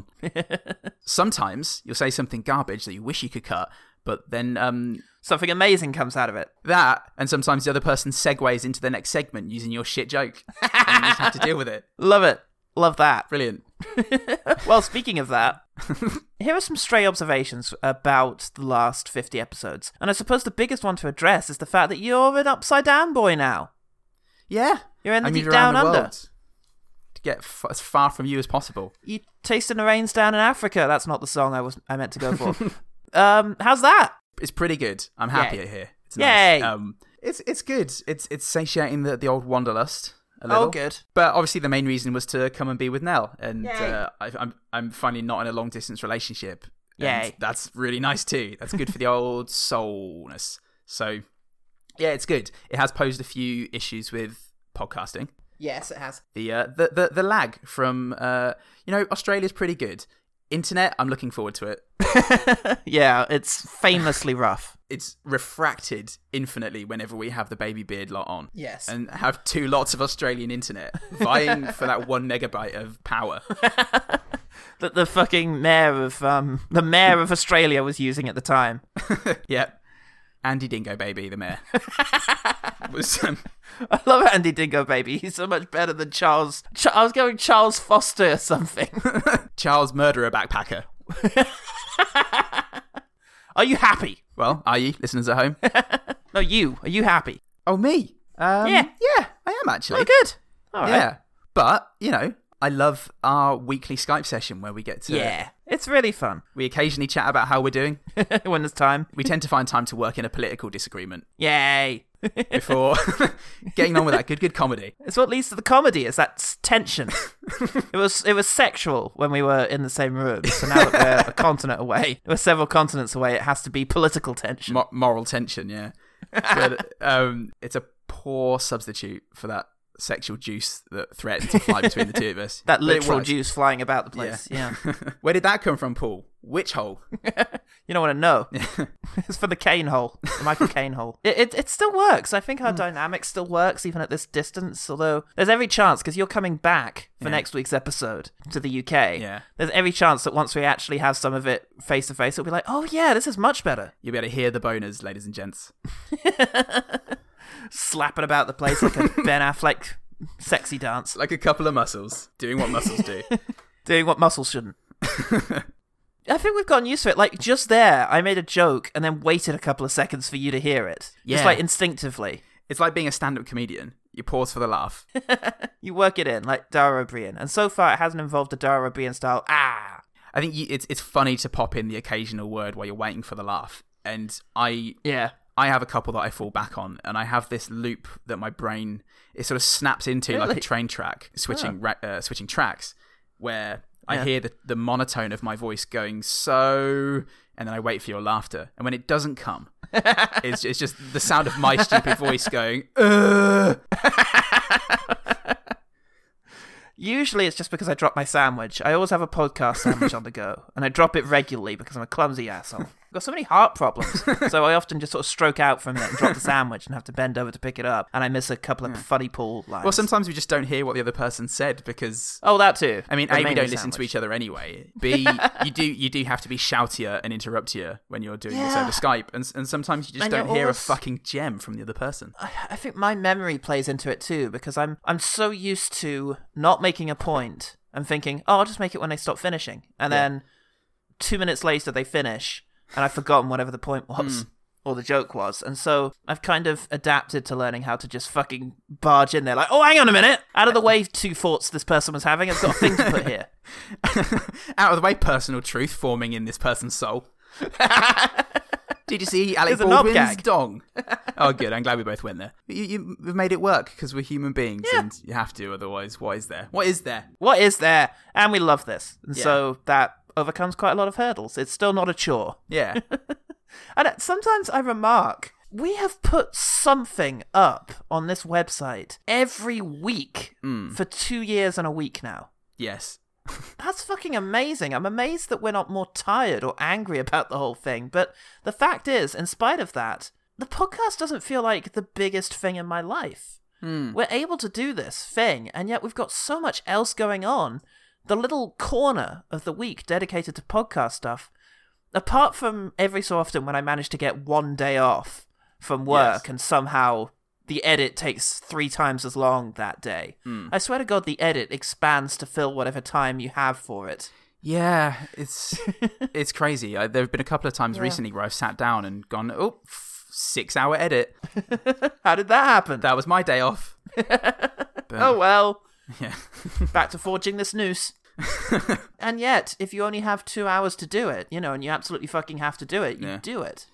Sometimes you'll say something garbage that you wish you could cut, but then um,
Something amazing comes out of it.
that, and sometimes the other person segues into the next segment using your shit joke. and you just have to deal with it.
Love it. Love that.
Brilliant.
well, speaking of that, here are some stray observations about the last 50 episodes. And I suppose the biggest one to address is the fact that you're an upside down boy now.
Yeah.
You're in the
I moved
deep down
around the
under.
world to get f- as far from you as possible.
you tasting the rains down in Africa. That's not the song I was I meant to go for. um, how's that?
It's pretty good. I'm happy
Yay.
here. It's
Yay.
Nice. Um, it's it's good. It's it's satiating the, the old wanderlust. A little.
Oh, good.
But obviously, the main reason was to come and be with Nell, and
Yay.
uh, I, I'm I'm finally not in a long distance relationship. and
Yay.
that's really nice too. That's good for the old soulness. So, yeah, it's good. It has posed a few issues with podcasting.
Yes, it has.
The uh, the, the the lag from uh, you know Australia's pretty good. Internet, I'm looking forward to it.
Yeah, it's famously rough.
It's refracted infinitely whenever we have the baby beard lot on.
Yes.
And have two lots of Australian internet vying for that one megabyte of power.
That the fucking mayor of um the mayor of Australia was using at the time.
Yep. Andy Dingo Baby, the mayor. was, um,
I love Andy Dingo, baby. He's so much better than Charles. Ch- I was going Charles Foster or something.
Charles Murderer Backpacker.
Are you happy?
Well, are you, listeners at home?
No, you. Are you happy?
oh, me? Um,
Yeah.
Yeah, I am actually.
Oh, good. All right.
Yeah. But, you know, I love our weekly Skype session where we get to.
Yeah. It's really fun
We occasionally chat about how we're doing.
when there's time.
We tend to find time to work in a political disagreement
Yay.
before getting on with that good, good comedy.
It's what leads to the comedy. Is that s- tension? it was it was sexual when we were in the same room. So now that we're a continent away, we're several continents away. It has to be political tension.
Mo- moral tension, yeah. But, um, it's a poor substitute for that sexual juice that threatened to fly between the two of us.
that
But it
literal
worked.
juice flying about the place. Yeah,
Where did that come from, Paul? Which hole?
you don't want to know. it's for the cane hole, the Michael Cane hole. It, it it still works. I think our
Hmm.
dynamic still works even at this distance. Although there's every chance because you're coming back for next week's episode to the UK.
Yeah.
there's every chance that once we actually have some of it face to face, it'll be like, oh yeah, this is much better.
You'll be able to hear the boners, ladies and gents.
slapping about the place like a Ben Affleck sexy dance,
Like a couple of muscles doing what muscles do.
doing what muscles shouldn't. I think we've gotten used to it. Like just there, I made a joke and then waited a couple of seconds for you to hear it.
Yeah.
Just like instinctively,
It's like being a stand up comedian. You pause for the laugh.
you work it in, like Dara O'Brien. And so far, it hasn't involved a Dara O'Brien style. Ah,
I think you, it's it's funny to pop in the occasional word while you're waiting for the laugh. And I
yeah,
I have a couple that I fall back on, and I have this loop that my brain it sort of snaps into like
Really? Ah.
a train track, switching ra- uh, switching tracks, where I
Yeah.
hear the, the monotone of my voice going so, and then I wait for your laughter, and when it doesn't come, it's, it's just the sound of my stupid voice going. Ugh.
Usually it's just because I drop my sandwich. I always have a podcast sandwich on the go, and I drop it regularly because I'm a clumsy asshole. I've got so many heart problems. so I often just sort of stroke out for a minute and drop the sandwich and have to bend over to pick it up. And I miss a couple of funny pool lines.
Hmm. Well, sometimes we just don't hear what the other person said because
oh, that too.
I mean,
But
A, we
mainly
don't listen to
sandwich.
each other anyway. B, you do you do have to be shoutier and interruptier when you're doing this
Yeah.
over Skype, and, s- and sometimes you just
And
don't
you're
hear a
always-
fucking gem from the other person.
I think my memory plays into it too because I'm I'm so used to not making a point and thinking, oh, I'll just make it when they stop finishing, and then two minutes later they finish, and I've forgotten whatever the point was or the joke was, and so I've kind of adapted to learning how to just fucking barge in there, like, oh, hang on a minute, out of the way two thoughts this person was having, I've got a thing to put here.
Out of the way, personal truth forming in this person's soul. Did you see Alec
It's a knob
Baldwin's
gag.
dong? oh, good. I'm glad we both went there. You, you, we've made it work because we're human beings, and you have to. Otherwise, what is there? What is there?
What is there? And we love this, and
Yeah.
so that overcomes quite a lot of hurdles. It's still not a chore.
Yeah.
And sometimes I remark, we have put something up on this website every week for two years and a week now.
yes.
That's fucking amazing. I'm amazed that we're not more tired or angry about the whole thing. But the fact is, in spite of that, the podcast doesn't feel like the biggest thing in my life.
Hmm.
We're able to do this thing, and yet we've got so much else going on. The little corner of the week dedicated to podcast stuff, apart from every so often when I manage to get one day off from work
Yes.
and somehow the edit takes three times as long that day.
Hmm.
I swear to God, the edit expands to fill whatever time you have for it.
Yeah, it's it's crazy. I, there have been a couple of times recently where I've sat down and gone, oh, f- six hour edit.
How did that happen?
That was my day off.
oh well.
Yeah.
back to forging this noose. and yet, if you only have two hours to do it, you know, and you absolutely fucking have to do it, you
Yeah.
do it.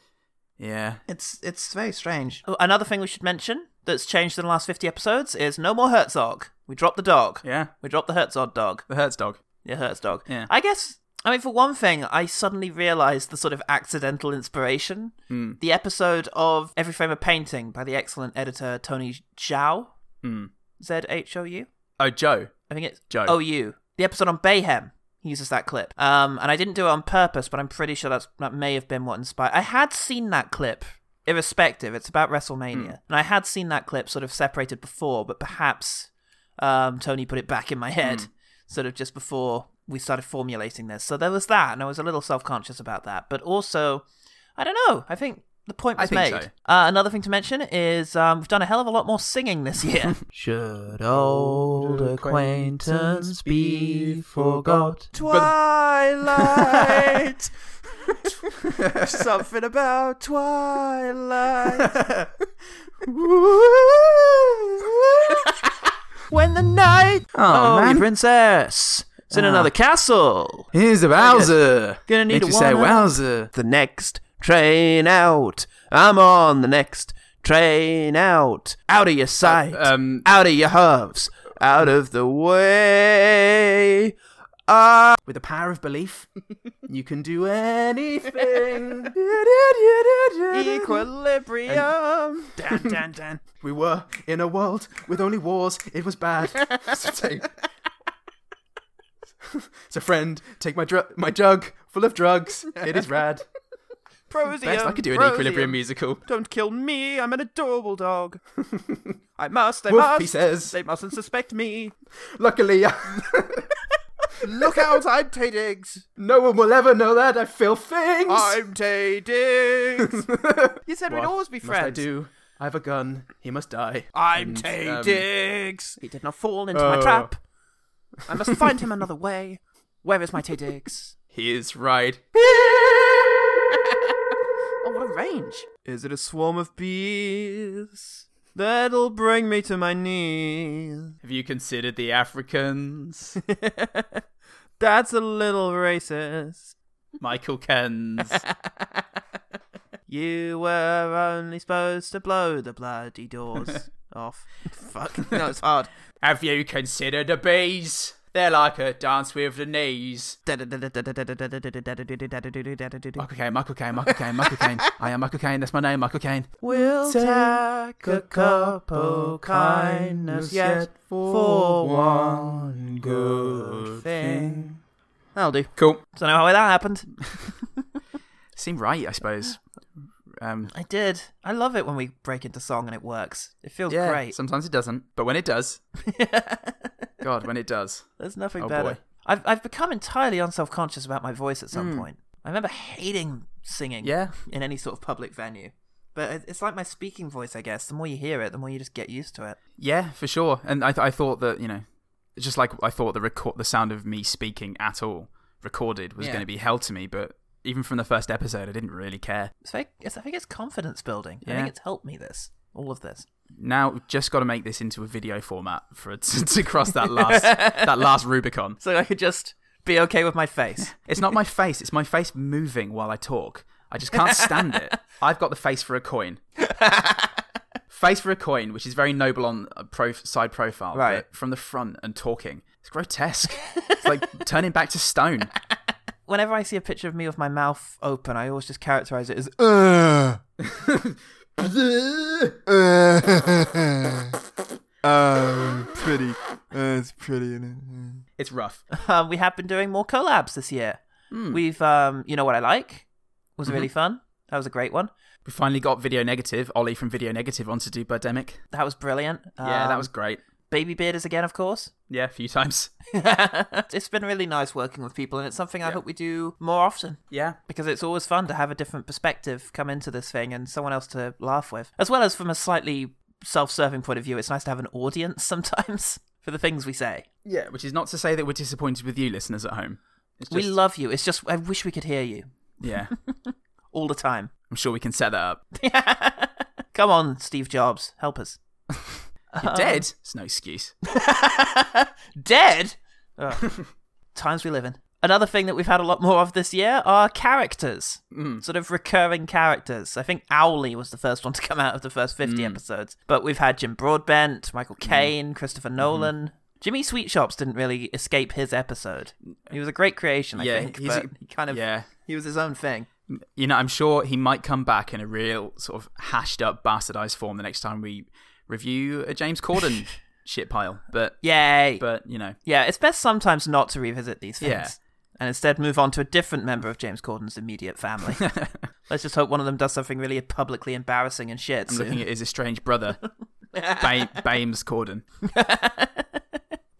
Yeah.
It's it's very strange. Oh, another thing we should mention that's changed in the last fifty episodes is no more Herzog. We dropped the dog.
Yeah.
We dropped the Herzog dog.
The Hertz dog.
Yeah, Herzdog.
Yeah.
I guess. I mean, for one thing, I suddenly realised the sort of accidental inspiration. The episode of Every Frame a Painting by the excellent editor Tony Zhao. Hmm. Z H O U.
Oh, Joe.
I think it's
Joe.
OU. The episode on Bayhem. He uses that clip. Um, and I didn't do it on purpose, but I'm pretty sure that's, that may have been what inspired. I had seen that clip, irrespective. It's about WrestleMania.
Hmm.
And I had seen that clip sort of separated before, but perhaps um, Tony put it back in my
Hmm.
head sort of just before we started formulating this. So there was that, and I was a little self conscious about that. But also, I don't know. I think. The point
I
was made.
think so.
Uh, another thing to mention is um, we've done a hell of a lot more singing this year.
Should old acquaintance be forgot?
Twilight. Something about Twilight. when the night.
Oh, man.
princess. It's in another castle.
Here's a Bowser.
Gonna need
Makes
a
you say
walnut.
Wowzer.
The next train out. I'm on the next train out. Out of your sight.
um,
out of your hooves. Out of the way. Ah.
With the power of belief, you can do anything.
Equilibrium. Dan, dan, dan.
we were in a world with only wars. It was bad. so, take... so friend, take my dr- my jug full of drugs. It is rad.
Prosium.
Best I could do an
prosium.
equilibrium musical.
Don't kill me. I'm an adorable dog. I must. They
Woof,
must.
he says.
They mustn't suspect me.
Luckily,
Look out! I'm Tay Diggs.
no one will ever know that I feel things.
I'm Tay Diggs. you said we'd
What
always be
must
friends.
I do. I have a gun. He must die.
I'm
And,
Tay
um,
Diggs. He did not fall into my
Oh.
trap. I must find him another way. Where is my Tay Diggs?
He is right.
Oh, what a range. Is it a swarm of bees that'll bring me to my knees?
Have you considered the Africans?
That's a little racist.
Michael Kens.
You were only supposed to blow the bloody doors off. Fuck, no, it's hard.
Have you considered the bees? They're like a dance with the knees. Michael Caine, Michael Caine, Michael Caine, Michael Caine. I am Michael Caine. That's my name, Michael Caine.
We'll take a couple kindness yet for one good thing. That'll do.
Cool.
So now how that happened.
Seemed right, I suppose. Um,
I did. I love it when we break into song and it works. It feels
yeah,
great.
sometimes it doesn't, but when it does, God, when it does,
There's nothing
Oh,
better.
boy. Hmm.
I've I've become entirely unself-conscious about my voice at some point. I remember hating singing
Yeah.
in any sort of public venue. But it- it's like my speaking voice, I guess. The more you hear it, the more you just get used to it.
yeah, for sure. And I, th- I thought that you know, just like I thought the record, the sound of me speaking at all recorded was
Yeah.
going to be held to me, but even from the first episode, I didn't really care.
It's very, it's, I think it's confidence building. I
Yeah.
think it's helped me this, all of this.
Now we've just got to make this into a video format for it to, to cross that last that last Rubicon.
So I could just be okay with my face.
It's not my face; it's my face moving while I talk. I just can't stand it. I've got the face for a coin. face for a coin, which is very noble on a pro- side profile,
Right.
but from the front and talking, it's grotesque. it's like turning back to stone.
Whenever I see a picture of me with my mouth open, I always just characterize it as
pretty. Uh, it's pretty in it.
It's rough.
um, we have been doing more collabs this year.
Hmm.
We've, um, you know what I like was
Mm-hmm.
really fun. That was a great one.
We finally got Video Negative, Ollie from Video Negative, on to do Birdemic.
That was brilliant.
Yeah, that
Um,
was great.
Baby Bearders again, of course.
Yeah, a few times.
it's been really nice working with people, and it's something I hope we do more often
Yeah,
because it's always fun to have a different perspective come into this thing and someone else to laugh with. As well as from a slightly self serving point of view, it's nice to have an audience sometimes for the things we say.
yeah. Which is not to say that we're disappointed with you, listeners at home. It's
We
just-
love you. It's just, I wish we could hear you
Yeah,
all the time.
I'm sure we can set that up.
Come on, Steve Jobs, help us.
You're dead. It's no excuse.
Dead? Ugh. Times we live in. Another thing that we've had a lot more of this year are characters,
Hmm.
sort of recurring characters. I think Owly was the first one to come out of the first 50
Hmm.
episodes, but we've had Jim Broadbent, Michael Caine, Christopher
Hmm.
Nolan. Jimmy Sweetshops didn't really escape his episode. He was a great creation, I
Yeah,
think,
he's a-
but he kind of
yeah.
he was his own thing.
You know, I'm sure he might come back in a real sort of hashed up, bastardized form the next time we review a James Corden shit pile. But
Yay!
but you know,
yeah, it's best sometimes not to revisit these things.
Yeah.
And instead move on to a different member of James Corden's immediate family. Let's just hope one of them does something really publicly embarrassing and shit.
I'm
soon.
looking at his estranged brother, ba- Bames Corden.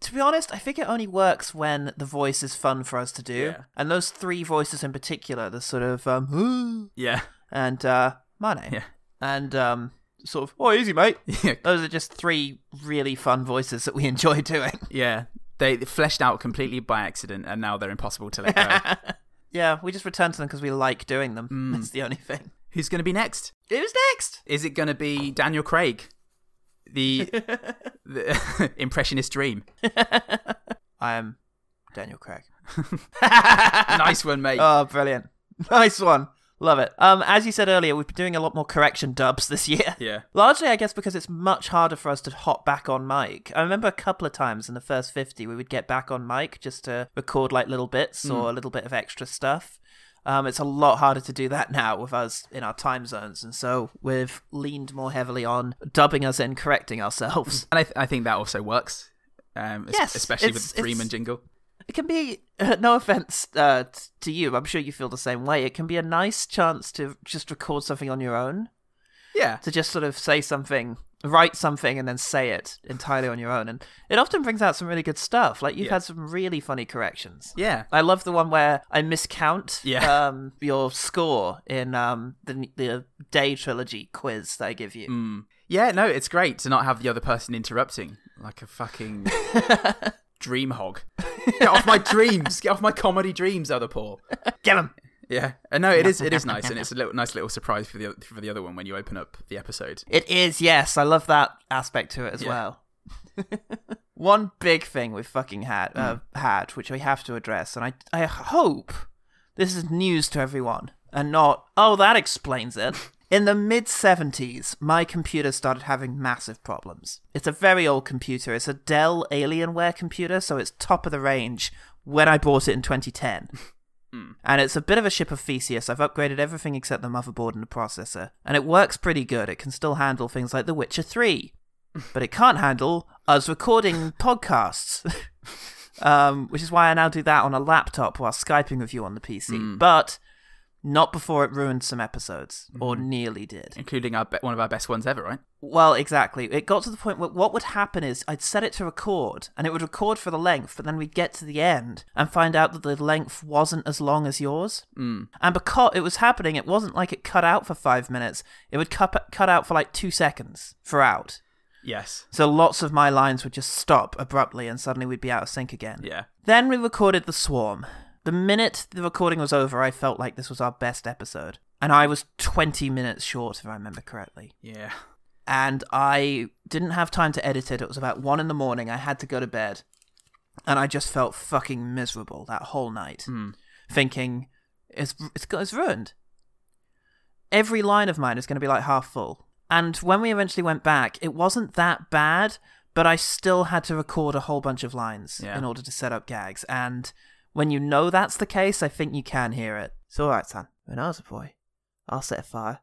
to be honest, I think it only works when the voice is fun for us to do.
Yeah.
And those three voices in particular, the sort of um "Ooh,"
Yeah,
and uh Mane.
Yeah.
And um sort of, oh easy mate.
yeah,
Those are just three really fun voices that we enjoy doing.
yeah. They they fleshed out completely by accident, and now they're impossible to let go.
yeah, we just return to them because we like doing them.
Mm.
That's the only thing.
Who's going to be next?
Who's next?
Is it going to be Daniel Craig, the, the impressionist dream?
I'm Daniel Craig.
Nice one, mate.
Oh, brilliant. Nice one. Love it. Um, as you said earlier, we've been doing a lot more correction dubs this year.
Yeah.
Largely, I guess, because it's much harder for us to hop back on mic. I remember a couple of times in the first 50, we would get back on mic just to record like little bits or a little bit of extra stuff. Um, it's a lot harder to do that now with us in our time zones. And so we've leaned more heavily on dubbing us and correcting ourselves.
and I, th- I think that also works. Um, es-
Yes,
especially
it's-
with the Freeman
it's-
jingle.
it can be no offense uh, t- to you i'm sure you feel the same way it can be a nice chance to just record something on your own
Yeah,
to just sort of say something write something and then say it entirely on your own and it often brings out some really good stuff like you've
Yeah.
had some really funny corrections
yeah,
I love the one where I miscount
Yeah.
um, your score in um, the the day trilogy quiz that I give you.
Mm. yeah. No, it's great to not have the other person interrupting like a fucking dream hog. Get off my dreams! Get off my comedy dreams, other poor.
Get 'em!
Yeah, and no, it is it is nice, and it's a little, nice little surprise for the oth- for the other one when you open up the episode.
It is, yes. I love that aspect to it as well. One big thing we've fucking had, uh, had, which we have to address, and I, I hope this is news to everyone, and not oh that explains it. In the mid seventies, my computer started having massive problems. It's a very old computer. It's a Dell Alienware computer, so it's top of the range. When I bought it in 2010, and it's a bit of a ship of Theseus. I've upgraded everything except the motherboard and the processor, and it works pretty good. It can still handle things like The Witcher 3, but it can't handle us recording podcasts, um, which is why I now do that on a laptop while Skyping with you on the PC. But Not before it ruined some episodes, or nearly did.
including our be- one of our best ones ever, right?
Well, exactly. It got to the point where what would happen is I'd set it to record, and it would record for the length, but then we'd get to the end and find out that the length wasn't as long as yours. Mm. And because it was happening, it wasn't like it cut out for five minutes. It would cut cut out for like two seconds for out.
Yes.
So lots of my lines would just stop abruptly, and suddenly we'd be out of sync again.
Yeah.
Then we recorded The Swarm. The minute the recording was over, I felt like this was our best episode. And I was 20 minutes short, if I remember correctly.
Yeah.
And I didn't have time to edit it. It was about one in the morning. I had to go to bed. And I just felt fucking miserable that whole night, thinking, it's, it's, go- it's ruined. Every line of mine is going to be like half full. And when we eventually went back, it wasn't that bad, but I still had to record a whole bunch of lines
Yeah.
in order to set up gags. And when you know that's the case, I think you can hear it. It's all right, son. When I was a boy, I'll set a fire,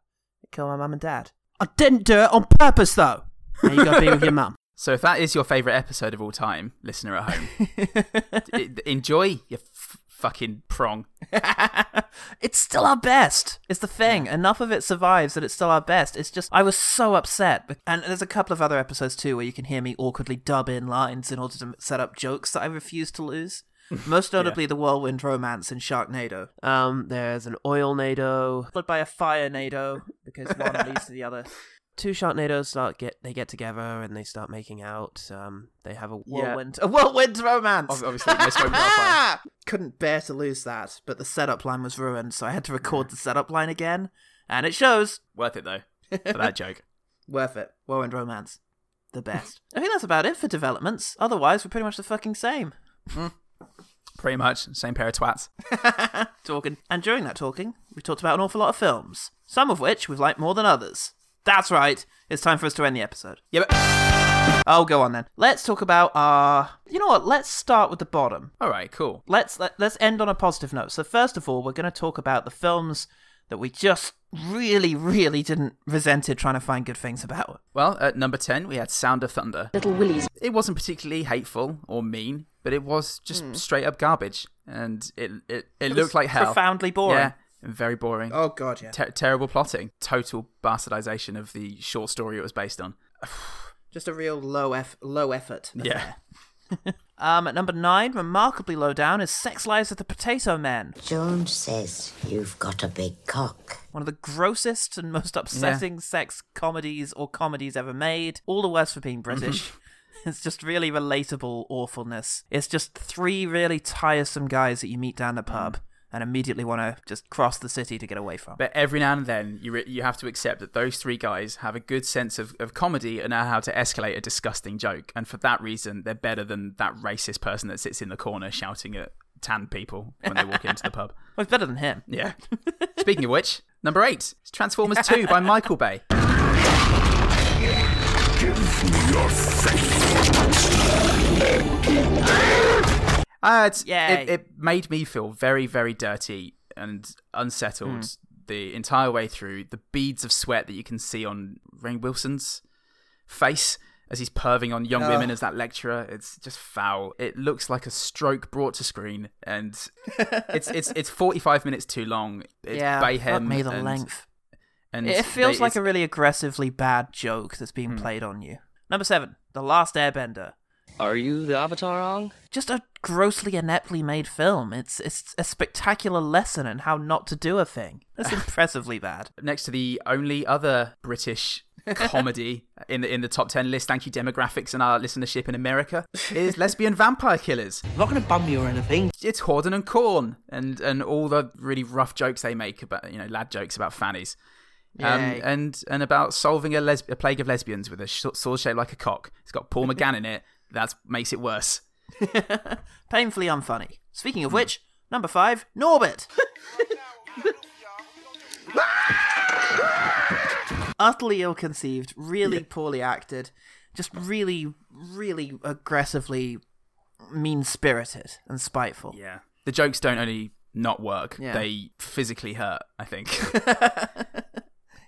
kill my mum and dad. I didn't do it on purpose, though. Now you got to be with your mum.
So if that is your favorite episode of all time, listener at home, d- enjoy your f- fucking prong.
it's still our best. It's the thing. Enough of it survives that it's still our best. It's just I was so upset. But- And there's a couple of other episodes too where you can hear me awkwardly dub in lines in order to set up jokes that I refuse to lose. Most notably, the whirlwind romance in Sharknado. Um, there's an oil nado followed by a fire nado because one leads to the other. Two Sharknadoes start get they get together and they start making out. Um, they have a whirlwind a whirlwind romance.
Ob- Obviously, no smoke without fire.
Ah! Couldn't bear to lose that, but the setup line was ruined, so I had to record the setup line again, and it shows.
Worth it though for that joke.
Worth it. Whirlwind romance. The best. I think that's about it for developments. Otherwise, we're pretty much the fucking same.
Pretty much same pair of twats.
Talking. And during that talking, we talked about an awful lot of films, some of which we've liked more than others. That's right. It's time for us to end the episode.
Yeah, but
Oh, go on then. Let's talk about our. You know what? Let's start with the bottom.
all right, cool.
let's let, let's end on a positive note. So first of all, we're going to talk about the films that we just really, really didn't resented trying to find good things about.
Well, at number ten, we had Sound of Thunder.
Little Willie's
It wasn't particularly hateful or mean, but it was just straight up garbage, and it it, it looked like hell.
Profoundly boring.
Yeah, and very boring.
Oh god, yeah.
Ter- terrible plotting, total bastardization of the short story it was based on.
Just a real low eff- low effort.
Yeah,
Um, at number nine, remarkably low down is Sex Lives of the Potato Men,
Jones says you've got a big cock.
one of the grossest and most upsetting sex comedies or comedies ever made. All the worse for being British. It's just really relatable awfulness. It's just three really tiresome guys that you meet down the pub and immediately want to just cross the city to get away from.
but every now and then you re- you have to accept that those three guys have a good sense of, of comedy and know how to escalate a disgusting joke, and for that reason they're better than that racist person that sits in the corner shouting at tan people when they walk into the pub.
Well, it's better than him.
Yeah. Speaking of which, number eight, it's Transformers Two by Michael Bay. Uh, it's,
Yay.
it, it made me feel very, very dirty and unsettled the entire way through. The beads of sweat that you can see on Rain Wilson's face as he's perving on young women as that lecturer. It's just foul. It looks like a stroke brought to screen, and it's it's it's forty five minutes too long. It's Bay
fuck
hem
me the
and,
length.
and
It feels
they-
like a
it's- Hmm.
really aggressively bad joke that's being played on you. Number seven, The Last Airbender.
Are you the Avatar wrong?
Just a grossly ineptly made film. It's it's a spectacular lesson in how not to do a thing. That's impressively bad.
next to the only other British comedy in the in the top ten list. Thank you demographics and our listenership in America is lesbian vampire killers.
I'm not going to bum you or anything.
It's Horden and Corn and and all the really rough jokes they make about you know lad jokes about fannies. Um,
Yay.
and and about solving a, lesb- a plague of lesbians with a sh- sword shaped like a cock. It's got Paul McGann in it. That makes it worse.
Painfully unfunny. Speaking
Hmm.
of which, number five, Norbit. Utterly ill-conceived, really poorly acted, just really, really aggressively mean-spirited and spiteful.
Yeah. The jokes don't only not work,
Yeah.
they physically hurt, I think.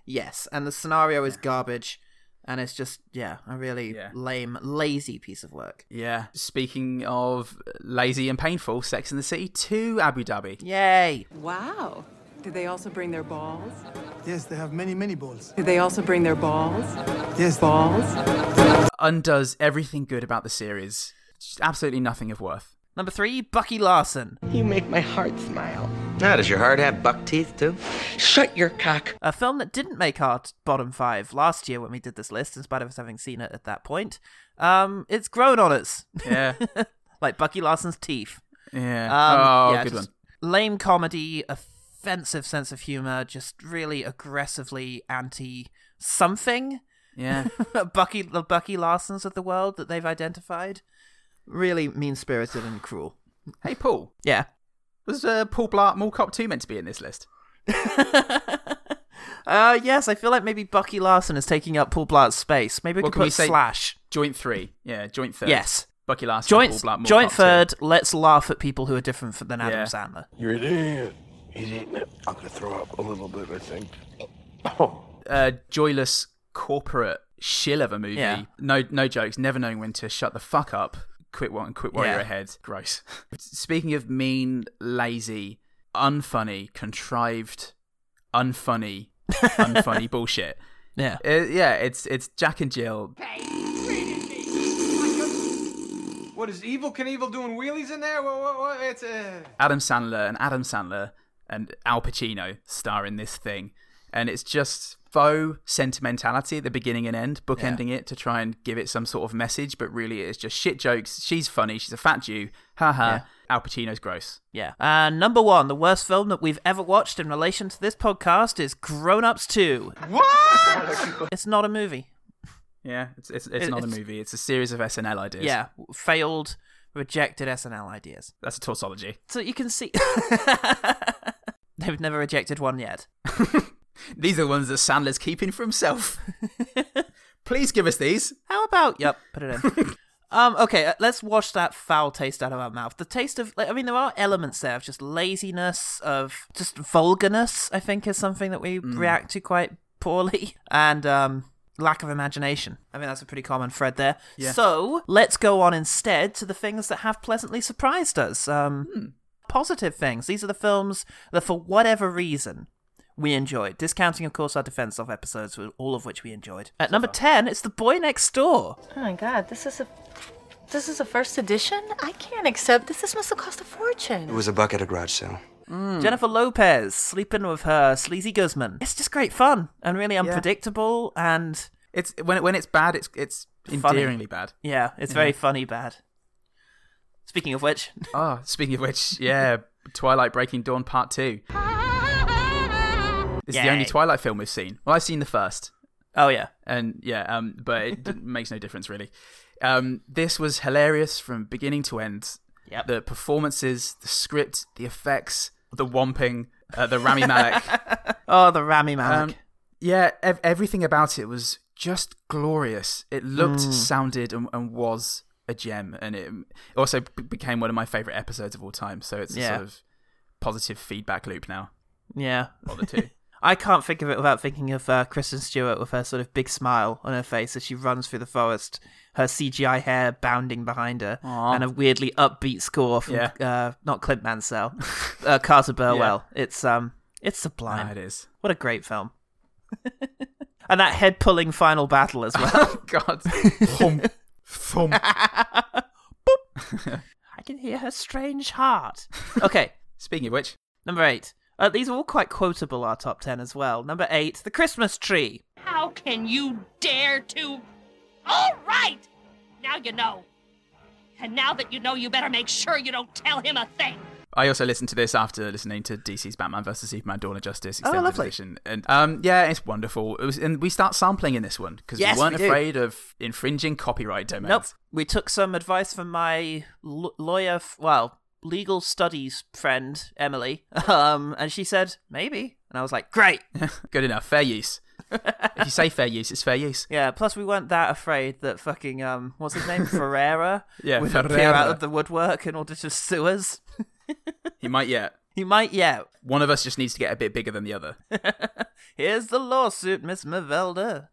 Yes, and the scenario is garbage, and it's just yeah, a really
Yeah.
lame, lazy piece of work.
yeah. Speaking of lazy and painful, Sex in the City 2 Abu Dhabi.
Yay!
Wow.
Do they also bring their balls?
Yes, they have many, many balls.
Do they also bring their balls?
Yes,
Balls?
Undoes everything good about the series. Just absolutely nothing of worth.
Number three, Bucky Larson.
You make my heart smile.
Now, does your heart have buck teeth too?
Shut your cock.
A film that didn't make our t- bottom five last year when we did this list, in spite of us having seen it at that point. Um, it's grown on us,
Yeah.
like Bucky Larson's teeth.
Yeah.
Um,
oh,
yeah,
good one.
just Lame comedy, offensive sense of humor, just really aggressively anti something.
Yeah.
Bucky, the Bucky Larsons of the world that they've identified, really mean spirited and cruel.
hey, Paul.
Yeah,
Was uh, Paul Blart Mall Cop 2 meant to be in this list?
Uh, yes, I feel like maybe Bucky Larson is taking up Paul Blart's space. Maybe we
What
could
can
put
we say?
Slash.
Joint 3. Yeah, joint third.
Yes.
Bucky Larson,
Joint,
Paul Blart Mall
joint
Cop 2.
third, let's laugh at people who are different f- than Adam
Yeah.
Sandler.
You're an idiot. He's eating it. I'm gonna throw up a little bit, I think.
uh, joyless corporate shill of a movie.
Yeah.
No, no jokes. Never knowing when to shut the fuck up. Quit one, quit while
Yeah.
you're ahead. Gross. Speaking of mean, lazy, unfunny, contrived, unfunny, unfunny bullshit.
Yeah.
Uh, yeah, it's it's Jack and Jill.
What is Evil Knievel doing wheelies in there? What, what, what? It's uh...
Adam Sandler and Adam Sandler and Al Pacino star in this thing, and it's just faux sentimentality at the beginning and end, bookending it to try and give it some sort of message, but really it's just shit jokes. She's funny. She's a fat Jew. Haha. Al Pacino's gross.
Yeah. And number one, the worst film that we've ever watched in relation to this podcast is Grown Ups 2. What? it's not a movie.
Yeah, it's it's, it's
It-
not
it's-
a movie. It's a series of SNL ideas.
Yeah. Failed, rejected SNL ideas.
that's a tautology.
So you can see. They've never rejected one yet.
These are the ones that Sandler's keeping for himself. Please give us these.
How about Oh, yep, put it in. um, okay, uh, let's wash that foul taste out of our mouth. The taste of, like, I mean, there are elements there of just laziness, of just vulgarness. I think is something that we react to quite poorly, and um, lack of imagination. I mean, that's a pretty common thread there. So let's go on instead to the things that have pleasantly surprised us. Um, positive things. These are the films that, for whatever reason, we enjoyed. Discounting, of course, our defense of episodes, all of which we enjoyed. At number ten, it's The Boy Next Door.
Oh my god, this is a. This is a first edition? I can't accept this. This must have cost a fortune.
was a bucket of garage sale.
Hmm.
Jennifer Lopez sleeping with her sleazy Guzman. It's just great fun and really unpredictable, and
It's when it, when it's bad. It's it's
Funny.
endearingly bad.
yeah, it's very funny. Bad. Speaking of which,
Ah, speaking of which, yeah, Twilight Breaking Dawn Part Two. This is
Yay.
the only Twilight film we've seen. Well, I've seen the first,
oh yeah,
and yeah, um, but it d- makes no difference really. Um, this was hilarious from beginning to end.
Yep.
The performances, the script, the effects, the whomping, uh, the Rami Malek.
oh the Rami Malek.
Um, yeah, ev- everything about it was just glorious. It looked,
Hmm.
sounded, and, and was a gem, and it also b- became one of my favorite episodes of all time. So it's
Yeah.
a sort of positive feedback loop now.
yeah,
Or the two.
I can't think of it without thinking of uh, Kristen Stewart with her sort of big smile on her face as she runs through the forest, her CGI hair bounding behind her, and a weirdly upbeat score from
Yeah.
uh, not Clint Mansell, uh, Carter Burwell. It's um, it's sublime.
Ah, it is.
What a great film. and that head pulling final battle as well.
Oh God. Thump, thump.
I can hear her strange heart. Okay,
Speaking of which,
number eight. Uh, these are all quite quotable, our top ten as well. Number eight, The Christmas Tree.
How can you dare to. All right! Now you know. And now that you know, you better make sure you don't tell him a thing.
I also listened to this after listening to DC's Batman vs Superman: Dawn of Justice
Oh,
extended
lovely.
edition, and um, yeah, it's wonderful. It was, and we start sampling in this one because
Yes,
we weren't
we do.
afraid of infringing copyright domains.
Nope. We took some advice from my l- lawyer, f- well, legal studies friend, Emily, um, and she said, maybe. And I was like, great.
Good enough. Fair use. if you say fair use, it's fair use.
Yeah, plus we weren't that afraid that fucking, um, what's his name? Ferreira
Yeah,
would appear
Ferreira.
out of the woodwork in order to sue us.
He might yet.
He might, yeah.
One of us just needs to get a bit bigger than the other.
Here's the lawsuit, Miss Mavelda.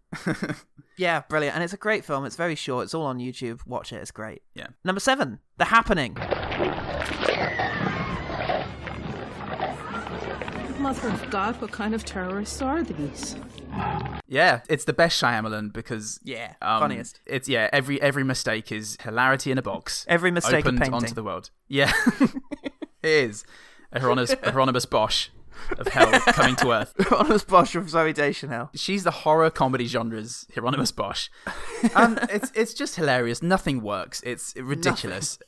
yeah, brilliant. And it's a great film. It's very short. It's all on YouTube. Watch it. It's great.
Yeah.
Number seven, The Happening.
Mother of God, what kind of terrorists are these?
Yeah, it's the best Shyamalan because yeah,
funniest.
It's yeah, every every mistake is hilarity in a box.
Every mistake a
opened
painting.
onto the world. Yeah, it is. Hieronymus, Hieronymus Bosch of hell coming to earth.
Honest Bosch from Zoe Deschanel.
She's the horror comedy genre's Hieronymus Bosch. Um, it's it's just hilarious. Nothing works. It's ridiculous.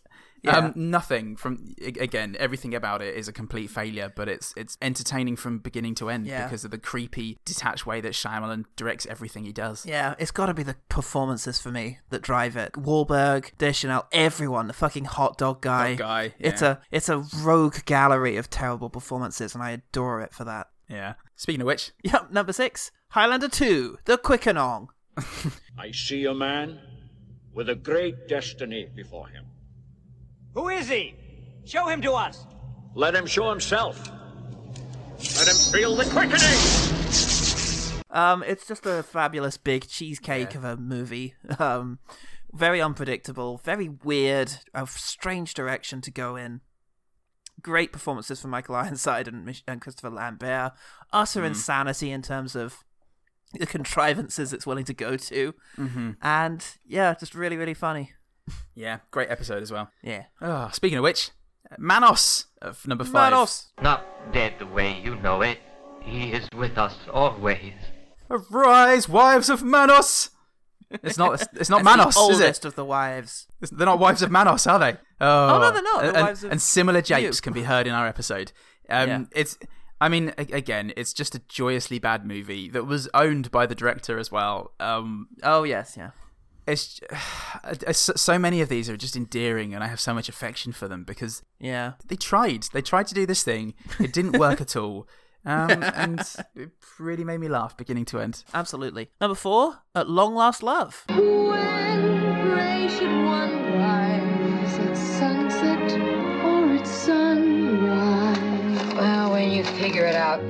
Um, nothing from a- again. Everything about it is a complete failure, but it's it's entertaining from beginning to end
Yeah.
because of the creepy, detached way that Shyamalan directs everything he does.
Yeah, it's got to be the performances for me that drive it. Wahlberg, Deschanel, everyone, the fucking hot dog guy.
Hot guy,
It's
yeah.
a it's a rogue gallery of terrible performances, and I adore it for that.
Yeah. Speaking of which,
Yep, number six, Highlander Two, The Quickenong.
I see a man with a great destiny before him.
Who is he? Show him to us.
Let him show himself. Let him feel the quickening.
Um, it's just a fabulous big cheesecake of a movie. Um, very unpredictable, very weird, a strange direction to go in. Great performances from Michael Ironside and, Mich- and Christopher Lambert. Utter
Mm-hmm.
insanity in terms of the contrivances it's willing to go to,
Mhm.
and yeah, just really, really funny.
yeah, great episode as well.
Yeah.
Ah, speaking of which, Manos of number five.
Manos!
Not dead the way you know it. He is with us always.
Arise, wives of Manos! It's not. It's, it's not
That's
Manos,
the
is
oldest
it?
of the wives.
It's- They're not wives of Manos, are they? Oh,
Oh, no, they're not. They're
and,
wives of
and similar japes
you.
can be heard in our episode. Um,
Yeah.
It's. I mean, a- again, it's just a joyously bad movie that was owned by the director as well. Um,
Oh yes, yeah.
it's, it's so many of these are just endearing, and I have so much affection for them because
Yeah.
they tried. They tried to do this thing. It didn't work at all, um, and it really made me laugh beginning to end.
Absolutely. Number four, At Long Last Love.
should one rise at sunset or at sunrise? Well, when you figure it out,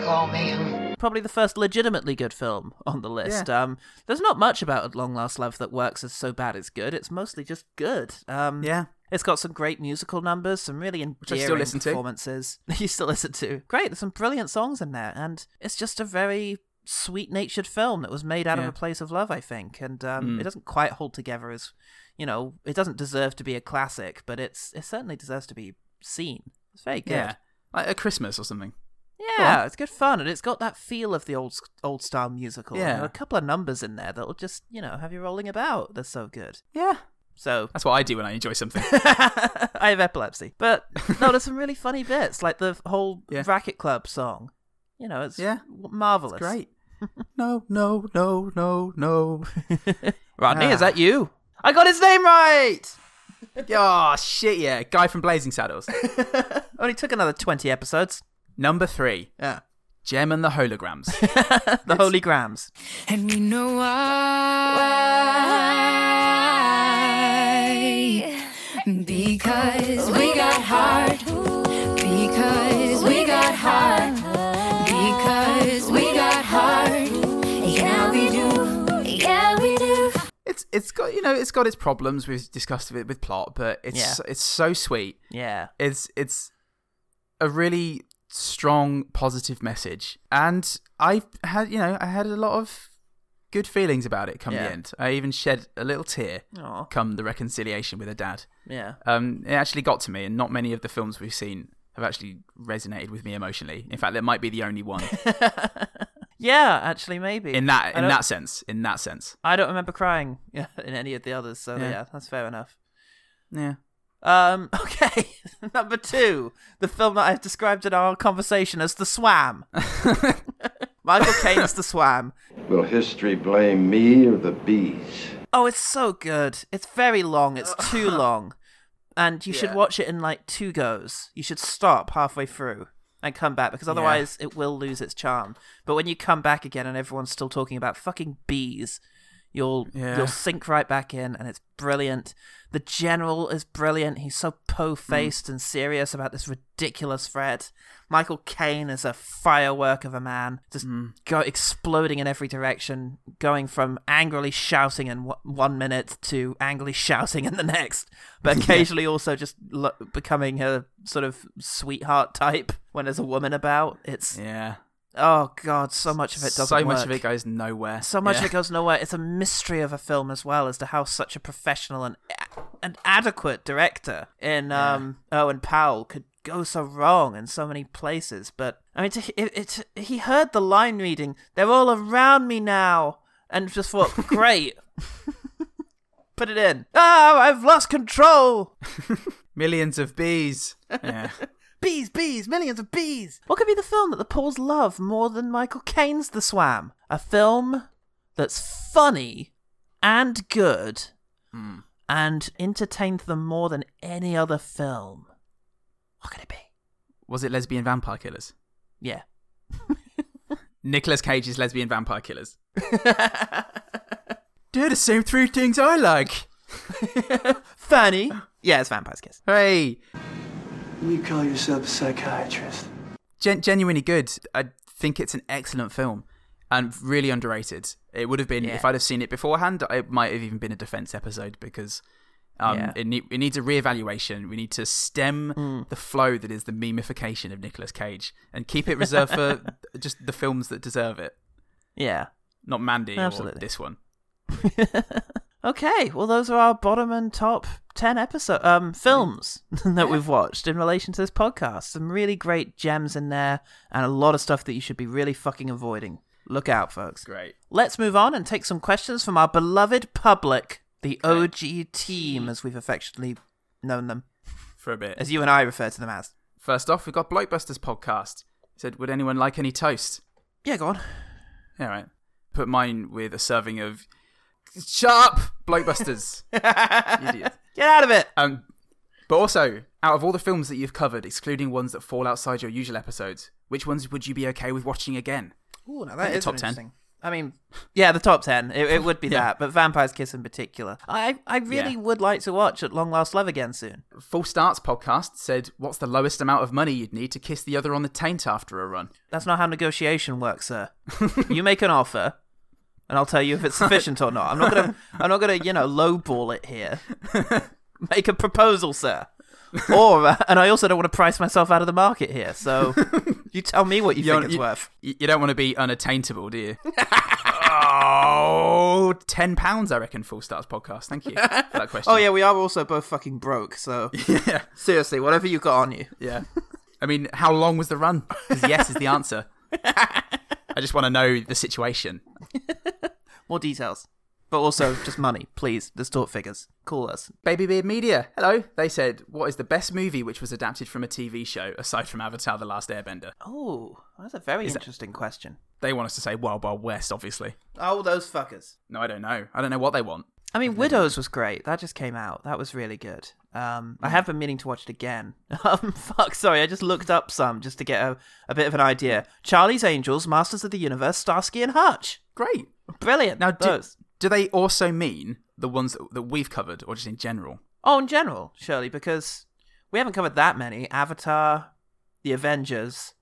call me.
Probably the first legitimately good film on the list.
Yeah.
Um, there's not much about At Long Last Love that works as so bad it's good. It's mostly just good. Um,
Yeah.
It's got some great musical numbers, some really endearing
I still listen to.
performances. you still listen to. Great, there's some brilliant songs in there. And it's just a very sweet natured film that was made out
Yeah.
of a place of love, I think. And um,
Mm.
it doesn't quite hold together as, you know, it doesn't deserve to be a classic, but it's it certainly deserves to be seen. It's very good.
Yeah, like a Christmas or something.
Yeah, it's good fun, and it's got that feel of the old old style musical.
Yeah.
There are a couple of numbers in there that'll just you know have you rolling about. They're so good.
Yeah.
So
That's what I do when I enjoy something.
I have epilepsy, but no, there's some really funny bits, like the whole
Yeah.
Racket Club song. You know, it's
Yeah.
yeah. marvelous.
Great. no, no, no, no, no.
Rodney, is
Ah.
that you? I got his name right.
oh shit! Yeah, guy from Blazing Saddles.
Only took another twenty episodes.
Number three.
Yeah.
Gem and the Holograms.
The Holy Grams.
And we know why. Because we got hard. Because we got hard. Because we got hard. Yeah, we do. Yeah, we do.
It's it's got you know it's got its problems. We've discussed it with plot, but it's
Yeah.
so- it's so sweet.
Yeah.
It's it's a really strong positive message, and I had you know I had a lot of good feelings about it come
Yeah.
the end. I even shed a little tear
Aw.
come the reconciliation with her dad.
Yeah.
Um, it actually got to me, and not many of the films we've seen have actually resonated with me emotionally. In fact, that might be the only one
Yeah, actually, maybe
in that
I
in
don't-
that sense. In that sense,
I don't remember crying in any of the others, so
Yeah.
yeah, that's fair enough.
yeah.
Um, okay, number two, the film that I've described in our conversation as The Swam. Michael Caine's The Swam.
Will history blame me or the bees?
Oh, it's so good. It's very long, it's too long. And you should
Yeah.
watch it in like two goes. You should stop halfway through and come back because otherwise it will lose its charm. But when you come back again and everyone's still talking about fucking bees, You'll
Yeah.
you'll sink right back in, and it's brilliant. The general is brilliant. He's so
Mm.
po-faced and serious about this ridiculous threat. Michael Caine is a firework of a man, just
Mm.
go exploding in every direction, going from angrily shouting in w- one minute to angrily shouting in the next, but
Yeah.
occasionally also just lo- becoming a sort of sweetheart type when there's a woman about. It's
yeah.
Oh god, so much of it doesn't.
so much
work.
of it goes nowhere.
So much
Yeah.
of it goes nowhere. It's a mystery of a film as well as to how such a professional and an adequate director in um, Owen Powell could go so wrong in so many places. But I mean, to, it, it, he heard the line reading, "They're all around me now," and just thought, "Great." Put it in. Ah, I've lost control.
Millions of bees. Yeah.
Bees, bees, millions of bees. What could be the film that the Pauls love more than Michael Caine's The Swam? A film that's funny and good Hmm. and entertained them more than any other film.
Was it lesbian vampire killers?
Yeah.
Nicolas Cage's lesbian vampire killers. Do the same three things I like.
Funny. Yeah, it's Vampire's Kiss.
Hey,
You call yourself a psychiatrist.
gen- genuinely good. I think it's an excellent film and really underrated. It would have been
Yeah.
if I'd have seen it beforehand. It might have even been a defense episode because um,
Yeah. Hmm.
it, ne- it needs a reevaluation. We need to stem the flow that is the memification of Nicolas Cage and keep it reserved for just the films that deserve it.
Yeah.
Not Mandy or
Absolutely.
this one.
Okay, well, those are our bottom and top ten episode um films that we've watched in relation to this podcast. Some really great gems in there, and a lot of stuff that you should be really fucking avoiding. Look out, folks.
Great.
Let's move on and take some questions from our beloved public, the OG team, as we've affectionately known them,
For a bit.
as you and I refer to them as.
First off, we've got Blockbusters podcast. He said, Would anyone like any toast?
Yeah, go on.
All right. Put mine with a serving of sharp Blockbusters. Idiot.
Get out of it.
Um, but also, out of all the films that you've covered, excluding ones that fall outside your usual episodes, which ones would you be okay with watching again?
Ooh, now
I
that
think
is
the top
an
ten.
interesting- I mean, yeah, the top ten. It, it would be that, but Vampire's Kiss in particular. I I really
Yeah.
would like to watch At Long Last Love again soon.
Full Starts podcast said, "What's the lowest amount of money you'd need to kiss the other on the taint after a run?"
That's not how negotiation works, sir. you make an offer, and I'll tell you if it's sufficient or not. I'm not gonna, I'm not gonna, you know, lowball it here. make a proposal, sir. Or uh, and I also don't want to price myself out of the market here. So you tell me what you, think
don't-
it's worth.
You, you don't want to be unattainable, do you? oh, 10 pounds, I reckon. Full Starts podcast. Thank you for that question.
Oh yeah, we are also both fucking broke. So
yeah.
seriously, whatever you got on you.
Yeah. I mean, how long was the run? 'Cause yes is the answer. I just want to know the situation.
More details. But also just money, please. Distort figures. Call us.
Baby Beard Media, hello. They said, What is the best movie which was adapted from a TV show aside from Avatar The Last Airbender?
Oh, that's a very
Is that-
interesting question.
They want us to say Wild Wild West, obviously.
Oh, those fuckers.
No, I don't know. I don't know what they want.
I mean, Widows was great. That just came out. That was really good. Um, I have been meaning to watch it again. Um, fuck, sorry, I just looked up some just to get a, a bit of an idea. Charlie's Angels, Masters of the Universe, Starsky and Hutch.
Great.
Brilliant.
Now, do,
Those.
do they also mean the ones that, that we've covered or just in general?
Oh, in general, surely, because we haven't covered that many. Avatar, The Avengers,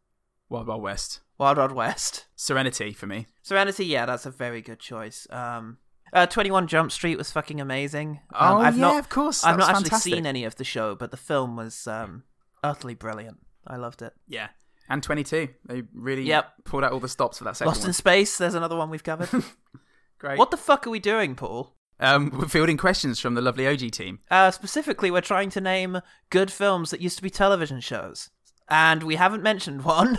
Wild Wild West.
Wild Wild West.
Serenity for me.
Serenity, yeah, that's a very good choice. Um, uh, Twenty One Jump Street was fucking amazing.
Oh,
Um, I've
yeah,
not,
of course. That
I've
was
not actually
fantastic.
seen any of the show, but the film was um, utterly brilliant. I loved it.
Yeah. And 22. They really
Yep.
pulled out all the stops for that second
Lost
one.
in Space. There's another one we've covered.
Great.
What the fuck are we doing, Paul?
Um, we're fielding questions from the lovely OG team.
Uh, specifically, we're trying to name good films that used to be television shows, and we haven't mentioned one.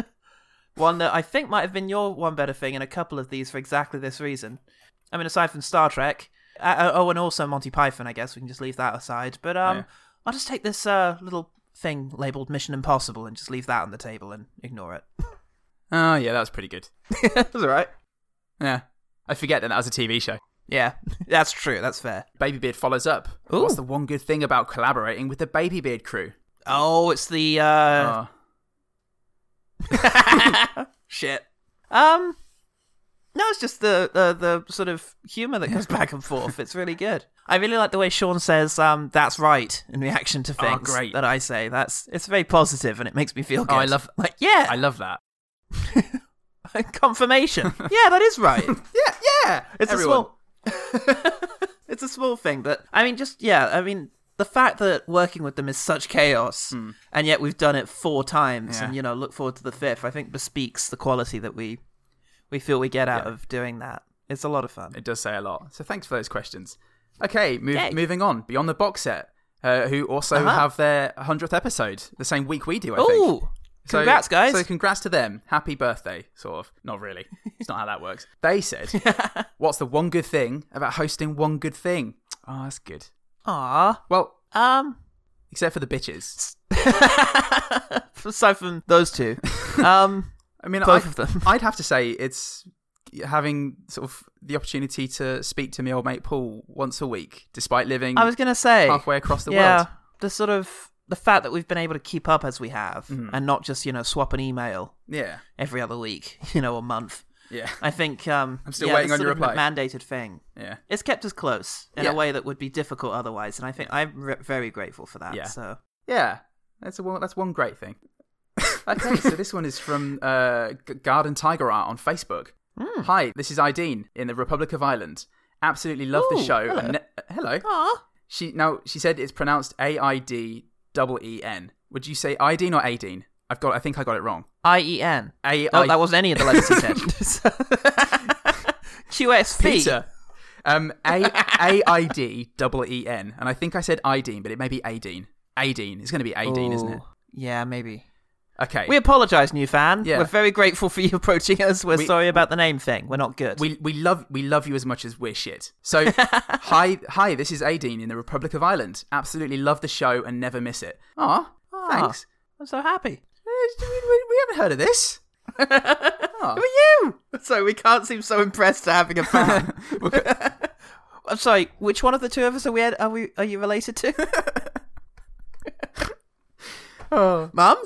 one that I think might have been your one better thing, and a couple of these for exactly this reason. I mean, aside from Star Trek, uh, oh, and also Monty Python. I guess we can just leave that aside. But um,
Yeah.
I'll just take this uh, little thing labeled Mission Impossible and just leave that on the table and ignore it.
Oh, yeah, that was pretty good.
That's all right.
Yeah. I forget that that was a TV show.
Yeah, that's true. That's fair.
Baby Beard follows up. What's the one good thing about collaborating with the Baby Beard crew?
Oh, it's the uh,
Oh,
shit. Um, No, it's just the uh, the sort of humor that goes back and forth. It's really good. I really like the way Sean says um, "that's right" in reaction to
Oh,
things
great.
that I say. That's it's very positive and it makes me feel good.
Oh, I love
like yeah,
I love that.
confirmation. yeah, that is right. yeah, yeah. It's
Everyone.
a small. it's a small thing, but I mean, just yeah. I mean, the fact that working with them is such chaos, and yet we've done it four times,
Hmm. Yeah.
and you know, look forward to the fifth. I think bespeaks the quality that we we feel we get out
Yeah.
of doing that. It's a lot of fun.
It does say a lot. So thanks for those questions. Okay, move,
Yay.
moving on. Beyond the box set, uh, who also
Uh-huh.
have their hundredth episode the same week we do. I think.
Ooh, congrats,
so,
guys.
So congrats to them. Happy birthday, sort of. Not really. It's not how that works. They said, "What's the one good thing about hosting one good thing?" Oh, that's good.
Aw.
Well,
um,
except for the bitches.
aside from those two, um,
I mean,
both
I,
of them.
I'd have to say it's having sort of the opportunity to speak to my old mate Paul once a week, despite living.
I was gonna say
halfway across the
yeah,
world.
The sort of the fact that we've been able to keep up as we have,
Mhm.
and not just you know swap an email
Yeah.
every other week, you know, a month.
Yeah.
I think um,
I'm still
yeah,
waiting
that's
on
sort
your
of a
reply.
mandated thing.
Yeah.
It's kept us close in
Yeah.
a way that would be difficult otherwise, and I think I'm re- very grateful for that.
Yeah.
So
Yeah, that's a one, that's one great thing. okay, so this one is from uh, G- Garden Tiger Art on Facebook.
Hmm.
Hi, this is Ideen in the Republic of Ireland. Absolutely love the
Ooh,
show.
hello. Oh.
and ne- hello.
Aw.
She now she said it's pronounced A I D double E N. Would you say Ideen or Adeen? I've got. I think I got it wrong.
I E N.
A-
No,
I-
that wasn't any of the letters he said. QSP.
Peter. Um, A A I D double E N, and I think I said Ideen, but it may be Adeen. Adeen. It's going to be Adeen, isn't it?
Ooh. Yeah, maybe.
Okay.
We apologise, new fan.
Yeah.
We're very grateful for you approaching us. We're
We-
sorry about the name thing. We're not good.
We we love we love you as much as we're shit. So hi hi, this is Adine in the Republic of Ireland. Absolutely love the show and never miss it. Aw,
Ah,
thanks. Uh,
I'm so happy.
We, we- we haven't heard of this.
Who are you? So we can't seem so impressed to having a fan. I'm sorry. Which one of the two of us are we? Are we? Are you related to?
Oh.
Mum.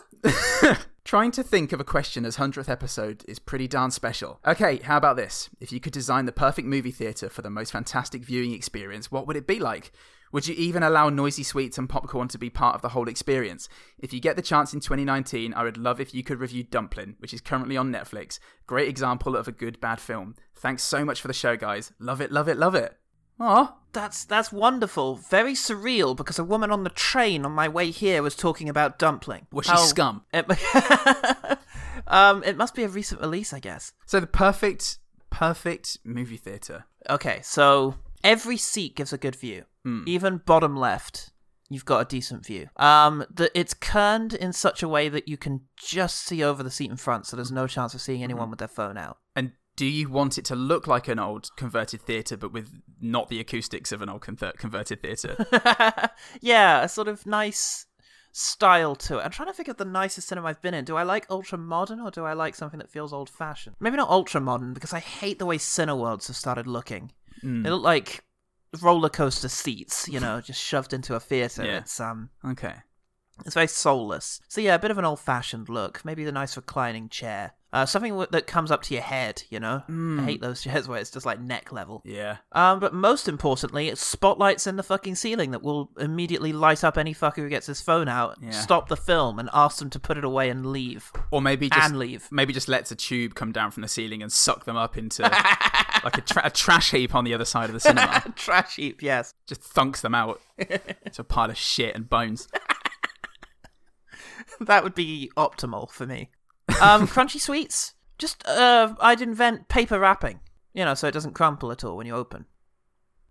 Trying to think of a question as 100th episode is pretty darn special. Okay, how about this? If you could design the perfect movie theatre for the most fantastic viewing experience, what would it be like? Would you even allow noisy sweets and popcorn to be part of the whole experience? If you get the chance in 2019, I would love if you could review Dumplin', which is currently on Netflix. Great example of a good bad film. Thanks so much for the show, guys. Love it, love it, love it. Aw.
That's that's wonderful. Very surreal because a woman on the train on my way here was talking about dumpling.
Was she scum?
It, um, it must be a recent release, I guess.
So the perfect, perfect movie theatre.
Okay, so every seat gives a good view. Even bottom left, you've got a decent view. Um, the, it's kerned in such a way that you can just see over the seat in front, so there's no chance of seeing anyone with their phone out.
And do you want it to look like an old converted theatre, but with not the acoustics of an old con- converted theatre?
yeah, a sort of nice style to it. I'm trying to think of the nicest cinema I've been in. Do I like ultra modern or do I like something that feels old fashioned? Maybe not ultra modern because I hate the way Cineworlds have started looking. They look like roller coaster seats, you know, just shoved into a theater.
Yeah.
It's um
okay.
it's very soulless. So yeah, a bit of an old fashioned look. Maybe the nice reclining chair. Uh, something w- that comes up to your head, you know. I hate those chairs where it's just like neck level.
Yeah.
Um, but most importantly, it's spotlights in the fucking ceiling that will immediately light up any fucker who gets his phone out,
Yeah.
stop the film, and ask them to put it away and leave.
Or maybe just
And leave.
Maybe just lets a tube come down from the ceiling and suck them up into like a, tra- a trash heap on the other side of the cinema.
Trash heap, yes.
just thunks them out. It's a pile of shit and bones.
that would be optimal for me. Um, crunchy sweets? Just, uh, I'd invent paper wrapping, you know, so it doesn't crumple at all when you open.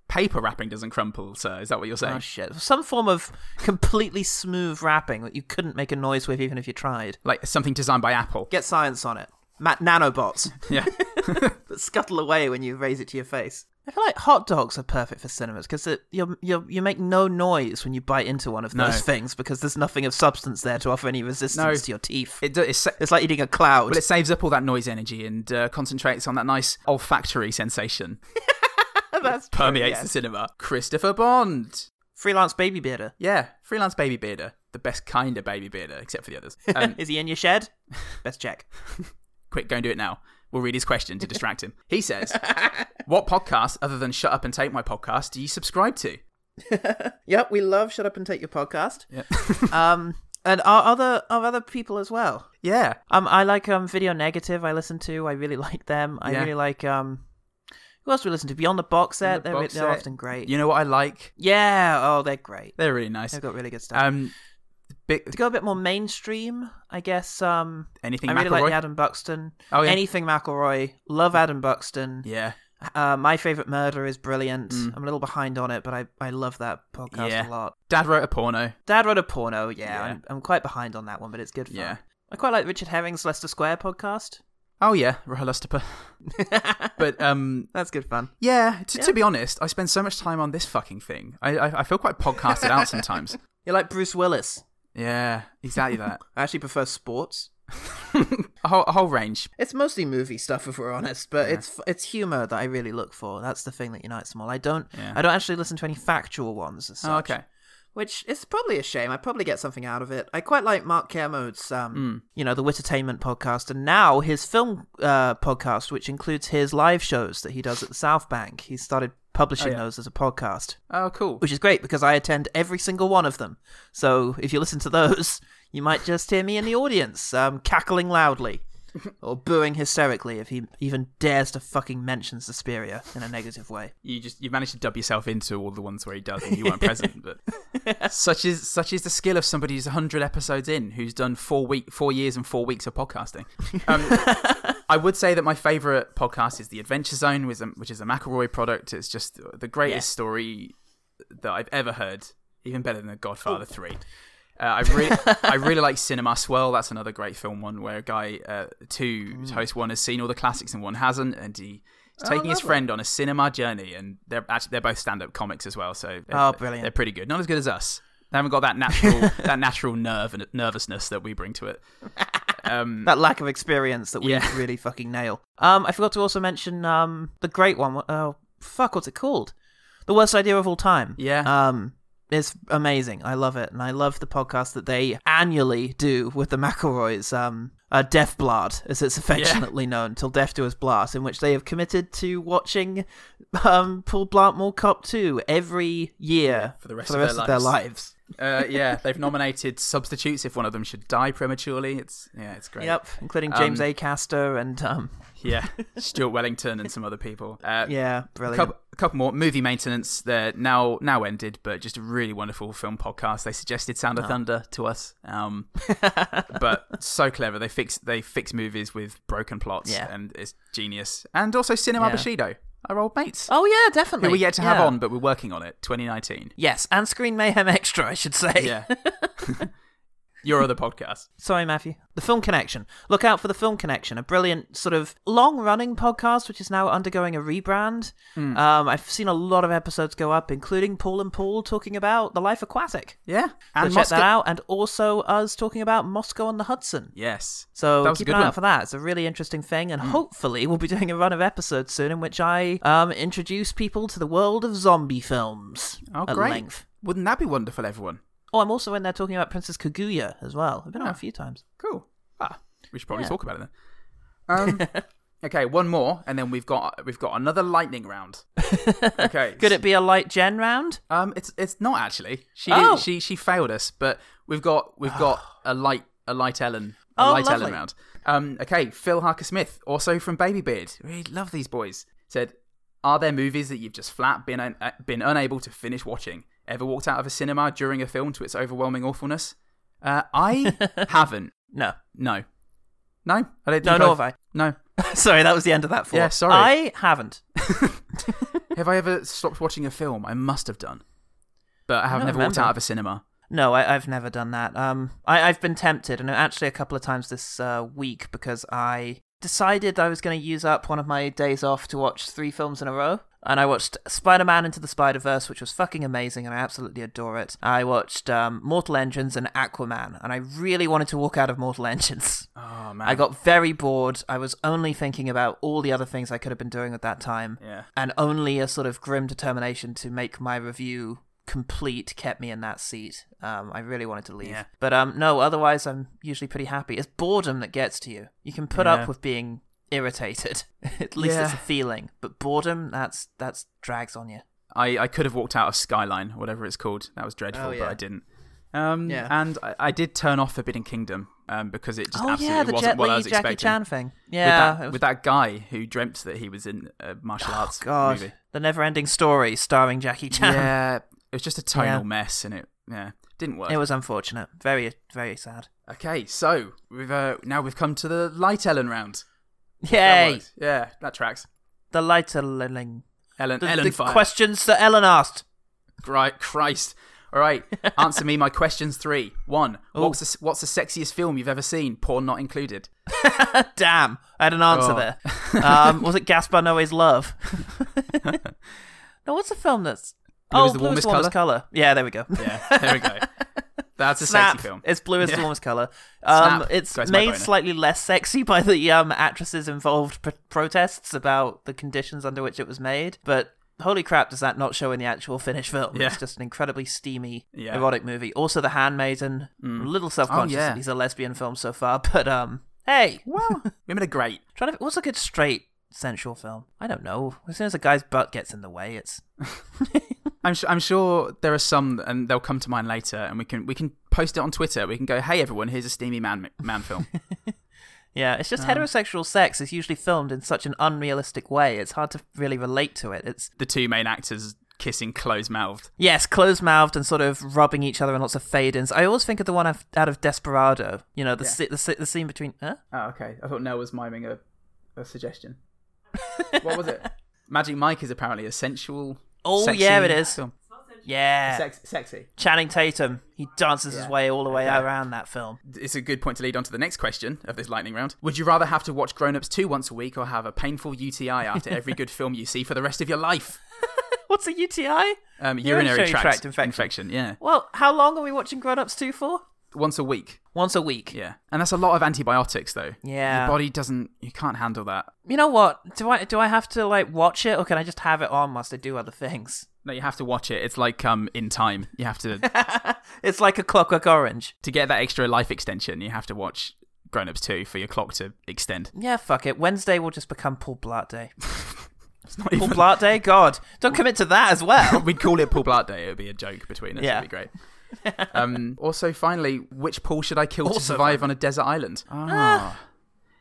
Paper wrapping doesn't crumple, sir. Is that what you're saying?
Oh, shit. Some form of completely smooth wrapping that you couldn't make a noise with even if you tried.
Like something designed by Apple.
Get science on it. Ma- nanobots.
Yeah.
that scuttle away when you raise it to your face. I feel like hot dogs are perfect for cinemas because you you you make no noise when you bite into one of
No.
those things because there's nothing of substance there to offer any resistance
No.
to your teeth.
It, do- it, sa-
It's like eating a cloud.
Well, it saves up all that noise energy and uh, concentrates on that nice olfactory sensation.
That's true,
Permeates the
yes.
cinema. Christopher Bond.
Freelance baby bearder.
Yeah, freelance baby bearder. The best kind of baby bearder, except for the others. Um,
Is he in your shed? Best check.
quick, go and do it now. will read his question to distract him. He says, What podcast, other than Shut Up and Take My Podcast, do you subscribe to?
yep, we love Shut Up and Take Your Podcast.
Uh,
um, and our other our other people as well.
Yeah.
Um, I like um Video Negative. I listen to. I really like them. I
Yeah.
really like um. Who else do we listen to? Beyond the Box Set.
The
they're,
box
they're
set.
often great.
You know what I like?
Yeah. Oh, they're great.
They're really nice.
They've got really good stuff.
Um, big,
to go a bit more mainstream, I guess. Um,
Anything
I really like
McElroy?
the Adam Buxton.
Oh, yeah.
Anything McElroy. Love Adam Buxton.
Yeah.
Uh, My favorite murder is brilliant.
Mm.
I'm a little behind on it, but I, I love that podcast a
yeah.
lot.
Dad wrote a porno.
Dad wrote a porno. Yeah,
Yeah.
I'm, I'm quite behind on that one, but it's good fun.
Yeah.
I quite like Richard Herring's Leicester Square podcast.
Oh yeah, Rahalustipa. but um,
that's good fun.
Yeah. To, to be honest, I spend so much time on this fucking thing. I I, I feel quite podcasted out sometimes.
You're like Bruce Willis.
Yeah, exactly that.
I actually prefer sports.
a whole, a whole range.
It's mostly movie stuff, if we're honest, but it's it's humor that I really look for. That's the thing that unites them all. I don't
Yeah.
I don't actually listen to any factual ones. As
Oh,
such,
okay.
Which is probably a shame. I probably get something out of it. I quite like Mark Kermode's, um, you know, the Wittertainment podcast, and now his film uh, podcast, which includes his live shows that he does at the South Bank. He started publishing
yeah.
those as a podcast.
Oh, cool.
Which is great because I attend every single one of them. So if you listen to those, you might just hear me in the audience um, cackling loudly or booing hysterically if he even dares to fucking mention Suspiria in a negative way.
You just you managed to dub yourself into all the ones where he does, and you weren't present. But such is such is the skill of somebody who's hundred episodes in, who's done four week four years and four weeks of podcasting. Um, I would say that my favorite podcast is the Adventure Zone, which is a, which is a McElroy product. It's just the greatest
Yeah.
story that I've ever heard, even better than The Godfather Three. Uh, I really, I really like Cinema Swirl. That's another great film one where a guy, uh, two host one has seen all the classics and one hasn't, and he's
Mm. Oh,
taking his
lovely.
friend on a cinema journey. And they're actually they're both stand up comics as well, so they're,
Oh, brilliant.
They're pretty good. Not as good as us. They haven't got that natural that natural nerve and nervousness that we bring to it. Um,
That lack of experience that we
Yeah.
really fucking nail. Um, I forgot to also mention um, the great one. Oh, fuck, what's it called? The Worst Idea of All Time.
Yeah.
Um, it's amazing. I love it. And I love the podcast that they annually do with the McElroys, um, uh, Death Blood, as it's affectionately known, Till Death Do Us Blast, in which they have committed to watching um, Paul Blart Cop 2 every year
for the rest,
of their lives.
uh, yeah, they've nominated substitutes if one of them should die prematurely. It's yeah, it's great.
Yep, including James
Um,
A. Caster and um,
Yeah, Stuart Wellington and some other people. Uh,
Yeah,
A
brilliant.
couple, a couple more movie maintenance. They're now now ended, but just a really wonderful film podcast. They suggested Sound of
Oh.
Thunder to us, um, but so clever. They fix they fix movies with broken plots,
Yeah.
and it's genius. And also Cinema
Yeah.
Bushido, our old mates.
Oh yeah, definitely.
Who we yet to have
Yeah.
on, but we're working on it. 2019.
Yes, and Screen Mayhem Extra, I should say.
Yeah. Your other podcast.
Sorry, Matthew. The Film Connection. Look out for The Film Connection, a brilliant sort of long running podcast which is now undergoing a rebrand.
Hmm.
Um, I've seen a lot of episodes go up, including Paul and Paul talking about The Life Aquatic.
Yeah.
So
And
check
Mosca-
that out, and also us talking about Moscow on the Hudson.
Yes.
So
That was a
keep
good
an eye
one. Hmm.
out for that. It's a really interesting thing, and hopefully we'll be doing a run of episodes soon in which I um, introduce people to the world of zombie films
Oh,
at
great.
length.
Wouldn't that be wonderful, everyone?
Oh, I'm also in there talking about Princess Kaguya as well. I've been on
Ah.
a few times.
Cool. Ah, we should probably
Yeah.
talk about it then. Um, okay, one more, and then we've got we've got another lightning round. Okay,
Could it be a light gen round?
Um, it's it's not actually. She
Oh.
she she failed us, but we've got we've got a light a light Ellen a
Oh,
light
lovely.
Ellen round. Um, okay, Phil Harker Smith, also from Baby Beard. We love these boys. Said, are there movies that you've just flat been un- uh, been unable to finish watching? Ever walked out of a cinema during a film to its overwhelming awfulness? Uh, I haven't.
No.
No. No, I don't.
No,
think
nor have
I've-
I.
No.
sorry, that was the end of that for.
Yeah, sorry.
I haven't.
Have I ever stopped watching a film? I must have done, but I have
don't
never walked
remember.
out of a cinema.
No, I, I've never done that. Um, I, I've been tempted, and actually a couple of times this uh, week because I decided I was going to use up one of my days off to watch three films in a row. And I watched Spider Man Into the Spider Verse, which was fucking amazing, and I absolutely adore it. I watched um, Mortal Engines and Aquaman, and I really wanted to walk out of Mortal Engines.
Oh man,
I got very bored. I was only thinking about all the other things I could have been doing at that time.
Yeah.
And only a sort of grim determination to make my review complete kept me in that seat. Um, I really wanted to leave.
Yeah.
But um, no, otherwise, I'm usually pretty happy. It's boredom that gets to you. You can put
Yeah.
up with being irritated. At least
Yeah.
it's a feeling. But boredom, that's that's drags on you.
I, I could have walked out of Skyline, whatever it's called. That was dreadful,
Oh, yeah.
but I didn't. Um,
Yeah.
And I, I did turn off Forbidden Kingdom um, because it just
Oh, yeah,
absolutely
the
wasn't
Jet
what I
Li,
was
Jackie
expecting.
Chan thing.
With
Yeah,
that- With
it
that,
was- Oh,
guy who dreamt that he was in a martial arts
God,
movie.
the never-ending story starring Jackie Chan.
Yeah, it was just a tonal
Yeah.
mess, and it yeah didn't work.
It was unfortunate. Very, very sad.
okay. So we've uh, now we've come to the light Ellen round. That
Yay!
worked. yeah, that tracks.
The lighter Ellen.
Ellen,
The,
Ellen
the
fire.
questions that Ellen asked.
Right, Christ. All right, answer me my questions three. One, what's the, what's the sexiest film you've ever seen? Porn not included.
Damn, I had an answer
Oh.
there. Um, was it Gaspar Noé's Love? no, what's the film that's
Blue
oh,
is the
Blue
warmest colour?
colour. Yeah, there we go.
Yeah, there we go. That's a
Snap.
sexy film.
It's blue is
Yeah.
the warmest color. Um,
Snap.
It's
Goes my
made
boner.
slightly less sexy by the um, actresses involved pr- protests about the conditions under which it was made. But holy crap, does that not show in the actual finished film?
Yeah.
It's just an incredibly steamy,
Yeah.
erotic movie. Also, The Handmaiden.
Mm.
A little self conscious
Oh, yeah.
that these are lesbian films so far, but um, hey,
Well, women are great.
trying to what's a good straight sensual film? I don't know. As soon as a guy's butt gets in the way, it's
I'm su- I'm sure there are some, and they'll come to mind later, and we can we can post it on Twitter. We can go, hey everyone, here's a steamy man man film.
Yeah, it's just
Um,
heterosexual sex is usually filmed in such an unrealistic way. It's hard to really relate to it. It's
the two main actors kissing close mouthed.
yes, closed-mouthed and sort of rubbing each other and lots of fade-ins. I always think of the one of- out of Desperado. You know, the
Yeah.
si- the, si- the scene between. Huh?
Oh, okay. I thought Nell was miming a, a suggestion. what was it? Magic Mike is apparently a sensual.
Oh
sexy
yeah, it is.
film.
Yeah,
Sex- sexy.
Channing Tatum. He dances
Yeah.
his way all the way
Okay.
around that film.
It's a good point to lead on to the next question of this lightning round. Would you rather have to watch Grown Ups 2 once a week or have a painful UTI after every good film you see for the rest of your life?
What's a UTI?
Um, urinary tract,
infection.
Yeah.
Well, how long are we watching Grown Ups Two for?
Once a week.
Once a week.
Yeah. And that's a lot of antibiotics, though.
Yeah.
Your body doesn't, you can't handle that.
You know what? Do I do I have to like watch it, or can I just have it on whilst I do other things?
No, you have to watch it. It's like um in time. You have to
It's like a Clockwork Orange.
to get that extra life extension. You have to watch Grown Ups 2 for your clock to extend.
Yeah, fuck it. Wednesday will just become Paul Blart Day.
It's not
Paul
even.
Blart Day? God. Don't commit to that as well.
We'd call it Paul Blart Day. It would be a joke between us.
Yeah.
It'd be great. um, also, finally, which Paul should I kill to
Also
survive on a desert island? Ah.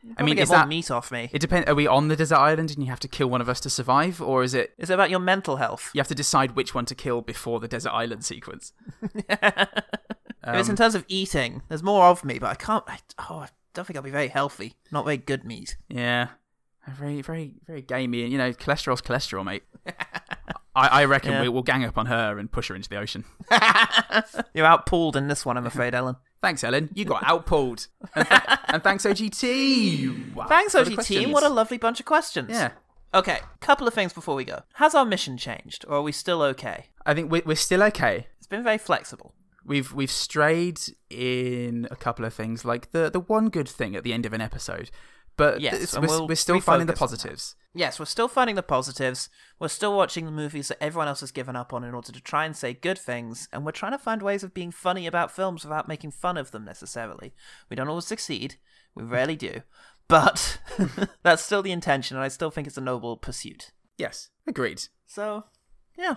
I
I mean,
mean,
get
is
more
that
meat off me?
It depends. Are we on the desert island and you have to kill one of us to survive, or is it
Is it about your mental health?
you have to decide which one to kill before the desert island sequence?
If
Um,
it's in terms of eating, there's more of me, but I can't. I, oh, I don't think I'll be very healthy. Not very good meat.
Yeah, very, very, very gamey, and you know, cholesterol's cholesterol, mate. I, I reckon
Yeah.
we, we'll gang up on her and push her into the ocean.
You're outpulled in this one, I'm afraid, Ellen.
Thanks, Ellen. You got outpulled. And, th- and thanks, OGT. Wow,
Thanks,
for
OG
the
team.
questions.
What a lovely bunch of questions.
Yeah.
Okay, couple of things before we go. Has our mission changed, or are we still okay?
I think we're, we're still okay.
It's been very flexible.
We've we've strayed in a couple of things, like the the one good thing at the end of an episode, but
Yes,
it's-
and
we're,
we'll
we're still finding the
refocus on that.
positives.
Yes, we're still finding the positives. We're still watching the movies that everyone else has given up on in order to try and say good things, and we're trying to find ways of being funny about films without making fun of them necessarily. We don't always succeed, we rarely do, but that's still the intention, and I still think it's a noble pursuit.
Yes, agreed.
So, yeah,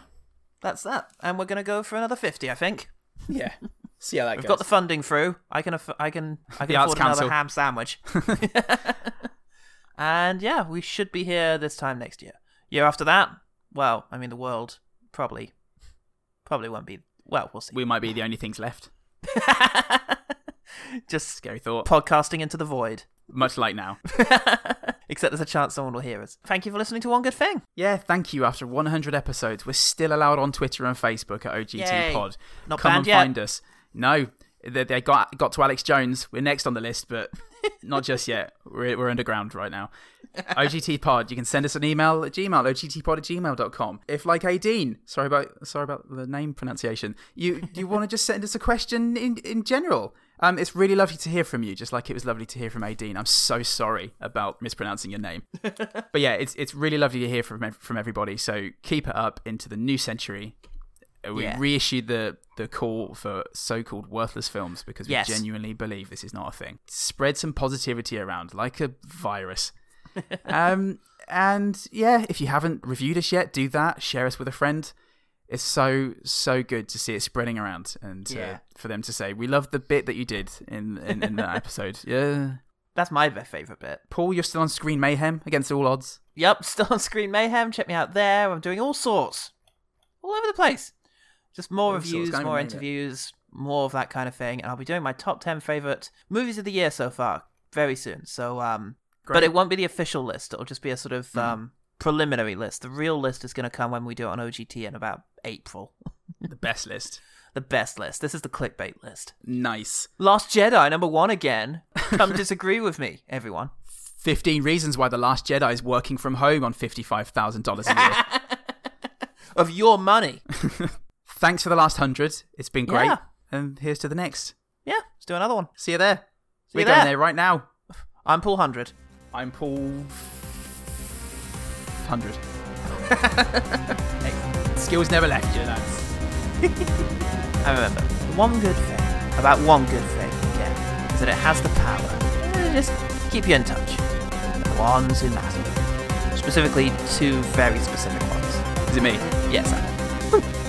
that's that. And we're going to go for another 50, I think.
Yeah, see how that
We've
goes.
got the funding through. I can, aff- I can, I
The
can
Arts
afford another
Council.
ham sandwich. and yeah, we should be here this time next year. Year after that, well, I mean, the world probably, probably won't be. Well, we'll see.
we might be the only things left.
Just
Scary thought.
podcasting into the void.
Much like now.
Except there's a chance someone will hear us. Thank you for listening to One Good Thing.
Yeah, thank you. After 100 episodes, we're still allowed on Twitter and Facebook at OGT
Yay.
Pod.
Not
Come
banned
and
yet.
find us. No, they, they got got to Alex Jones. We're next on the list, but not just yet. We're, we're underground right now. OGT Pod. You can send us an email at Gmail, OGTpod at gmail.com. If like Aideen, sorry about sorry about the name pronunciation. You you want to just send us a question in in general. Um, it's really lovely to hear from you, just like it was lovely to hear from Aideen. I'm so sorry about mispronouncing your name but yeah, it's it's really lovely to hear from ev- from everybody. So keep it up into the new century. Uh, We
Yeah.
reissued the the call for so-called worthless films because we
Yes.
genuinely believe this is not a thing. Spread some positivity around like a virus. um, and yeah, if you haven't reviewed us yet, do that. Share us with a friend. It's so so good to see it spreading around, and uh,
Yeah.
for them to say we love the bit that you did in in, in that episode. Yeah,
That's my favorite bit.
Paul, you're still on Screen Mayhem against all odds.
Yep, still on Screen Mayhem. Check me out there. I'm doing all sorts, all over the place. Just more
All
reviews,
sorts, don't
more
remember.
interviews, more of that kind of thing. And I'll be doing my top ten favorite movies of the year so far very soon. So, um, but
Great. Hmm.
it won't be the official list. It'll just be a sort of um, preliminary list. The real list is going to come when we do it on OGT in about April.
The best list.
the best list. This is the clickbait list.
Nice.
Last Jedi number one again. Come disagree with me, everyone.
15 reasons why The Last Jedi is working from home on $55,000 a year.
of your money.
Thanks for the last 100. It's been great.
Yeah.
And here's to the next.
Yeah, let's do another one.
See you there.
See
We're
you
going
there.
there right now.
I'm Paul Hundred.
I'm Paul. 100. hey, skills never left you, lads.
I remember one good thing about one good thing, yeah, is that it has the power to just keep you in touch. The ones who matter. Specifically, two very specific ones.
Is it me?
Yes, I.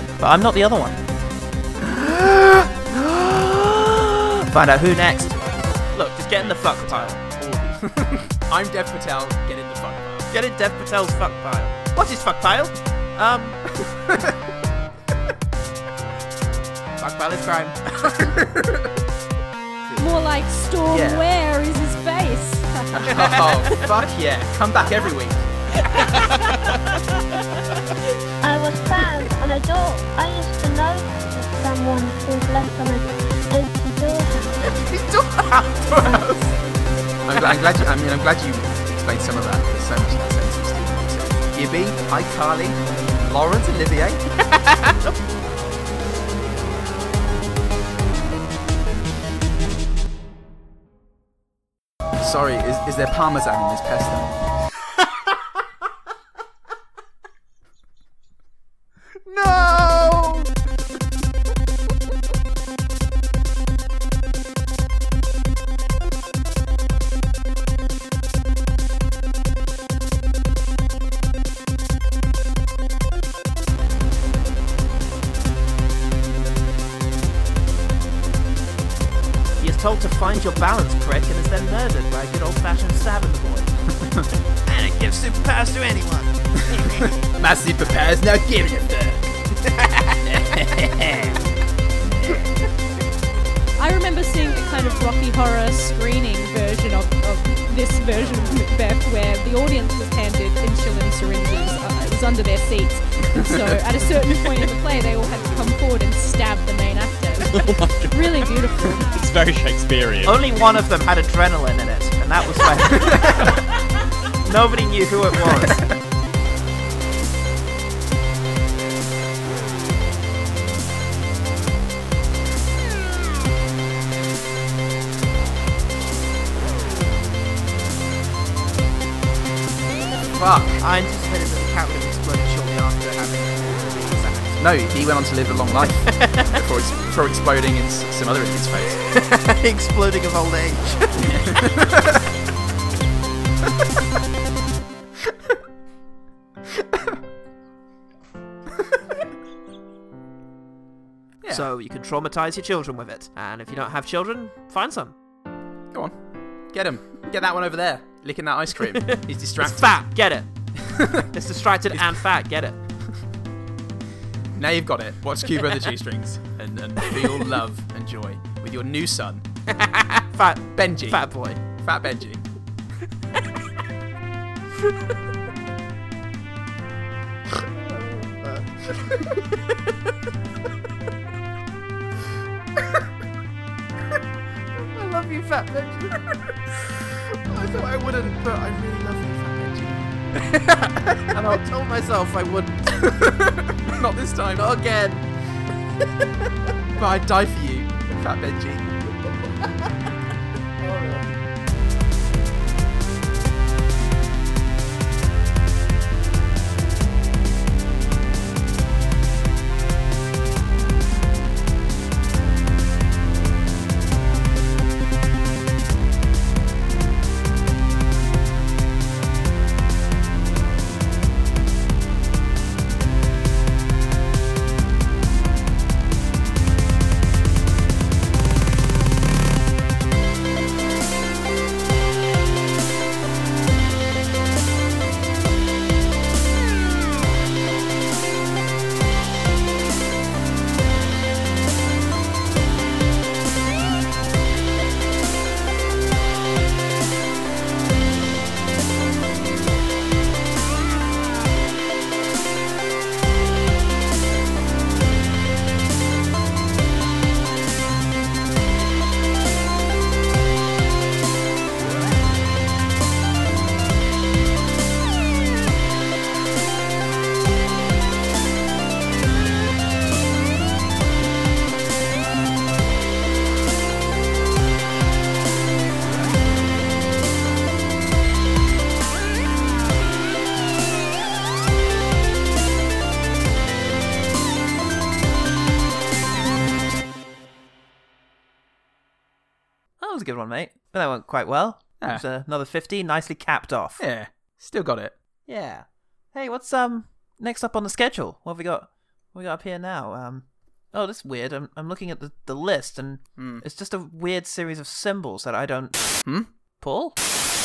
But I'm not the other one. Find out who next. Look, just get in the fuck pile.
I'm Dev Patel. Get in the fuck pile.
Get in Dev Patel's fuck pile. What is fuck pile? Um. fuck pile is crime.
More like Storm,
Yeah.
where is his face?
Oh, fuck yeah. Come back every week.
I was found on a door. I used to know someone who was left on an empty doorhouse.
I'm, glad- I'm glad you, I mean, I'm glad you explained some of that. There's so much nonsense from Steve Martin. Gibby, iCarly, Laurence Olivier. Sorry, is, is there parmesan in this pesto?
No! He is told to find your balance, prick, and is then murdered by a good old-fashioned stab in the boy. and it gives superpowers to anyone.
My superpower's not giving a fuck.
I remember seeing a kind of Rocky Horror screening version of, of this version of Macbeth where the audience was handed insulin syringes. Uh, it was under their seats. So at a certain point in the play, they all had to come forward and stab the main actor. It was really beautiful.
It's very Shakespearean.
Only one of them had adrenaline in it, and that was when nobody knew who it was.
Fuck.
I anticipated that the cat would have exploded shortly after having been sacked.
No, he went on to live a long life before, ex- before exploding in s- some other idiot's face.
Exploding of old age. So you can traumatize your children with it, and if you don't have children, find some.
Go on. Get him. Get that one over there. Licking that ice cream. He's distracted.
It's fat, get it. it's distracted and fat, get it.
Now you've got it. Watch Cuba and the G Strings and, and feel love and joy with your new son,
Fat
Benji.
Fat boy.
Fat Benji.
I love you, Fat Benji. I thought I wouldn't, but I really love you, Fat Benji. and I told myself I wouldn't.
Not this time.
Not again.
But I'd die for you, Fat Benji.
was a good one, mate. But that went quite well.
Yeah.
It was uh, another 50, nicely capped off.
Yeah, still got it.
Yeah. Hey, what's um next up on the schedule? What have we got? What we got up here now? Um, oh, this is weird. I'm I'm looking at the, the list and it's just a weird series of symbols that I don't.
Hmm. Hmm.
Paul.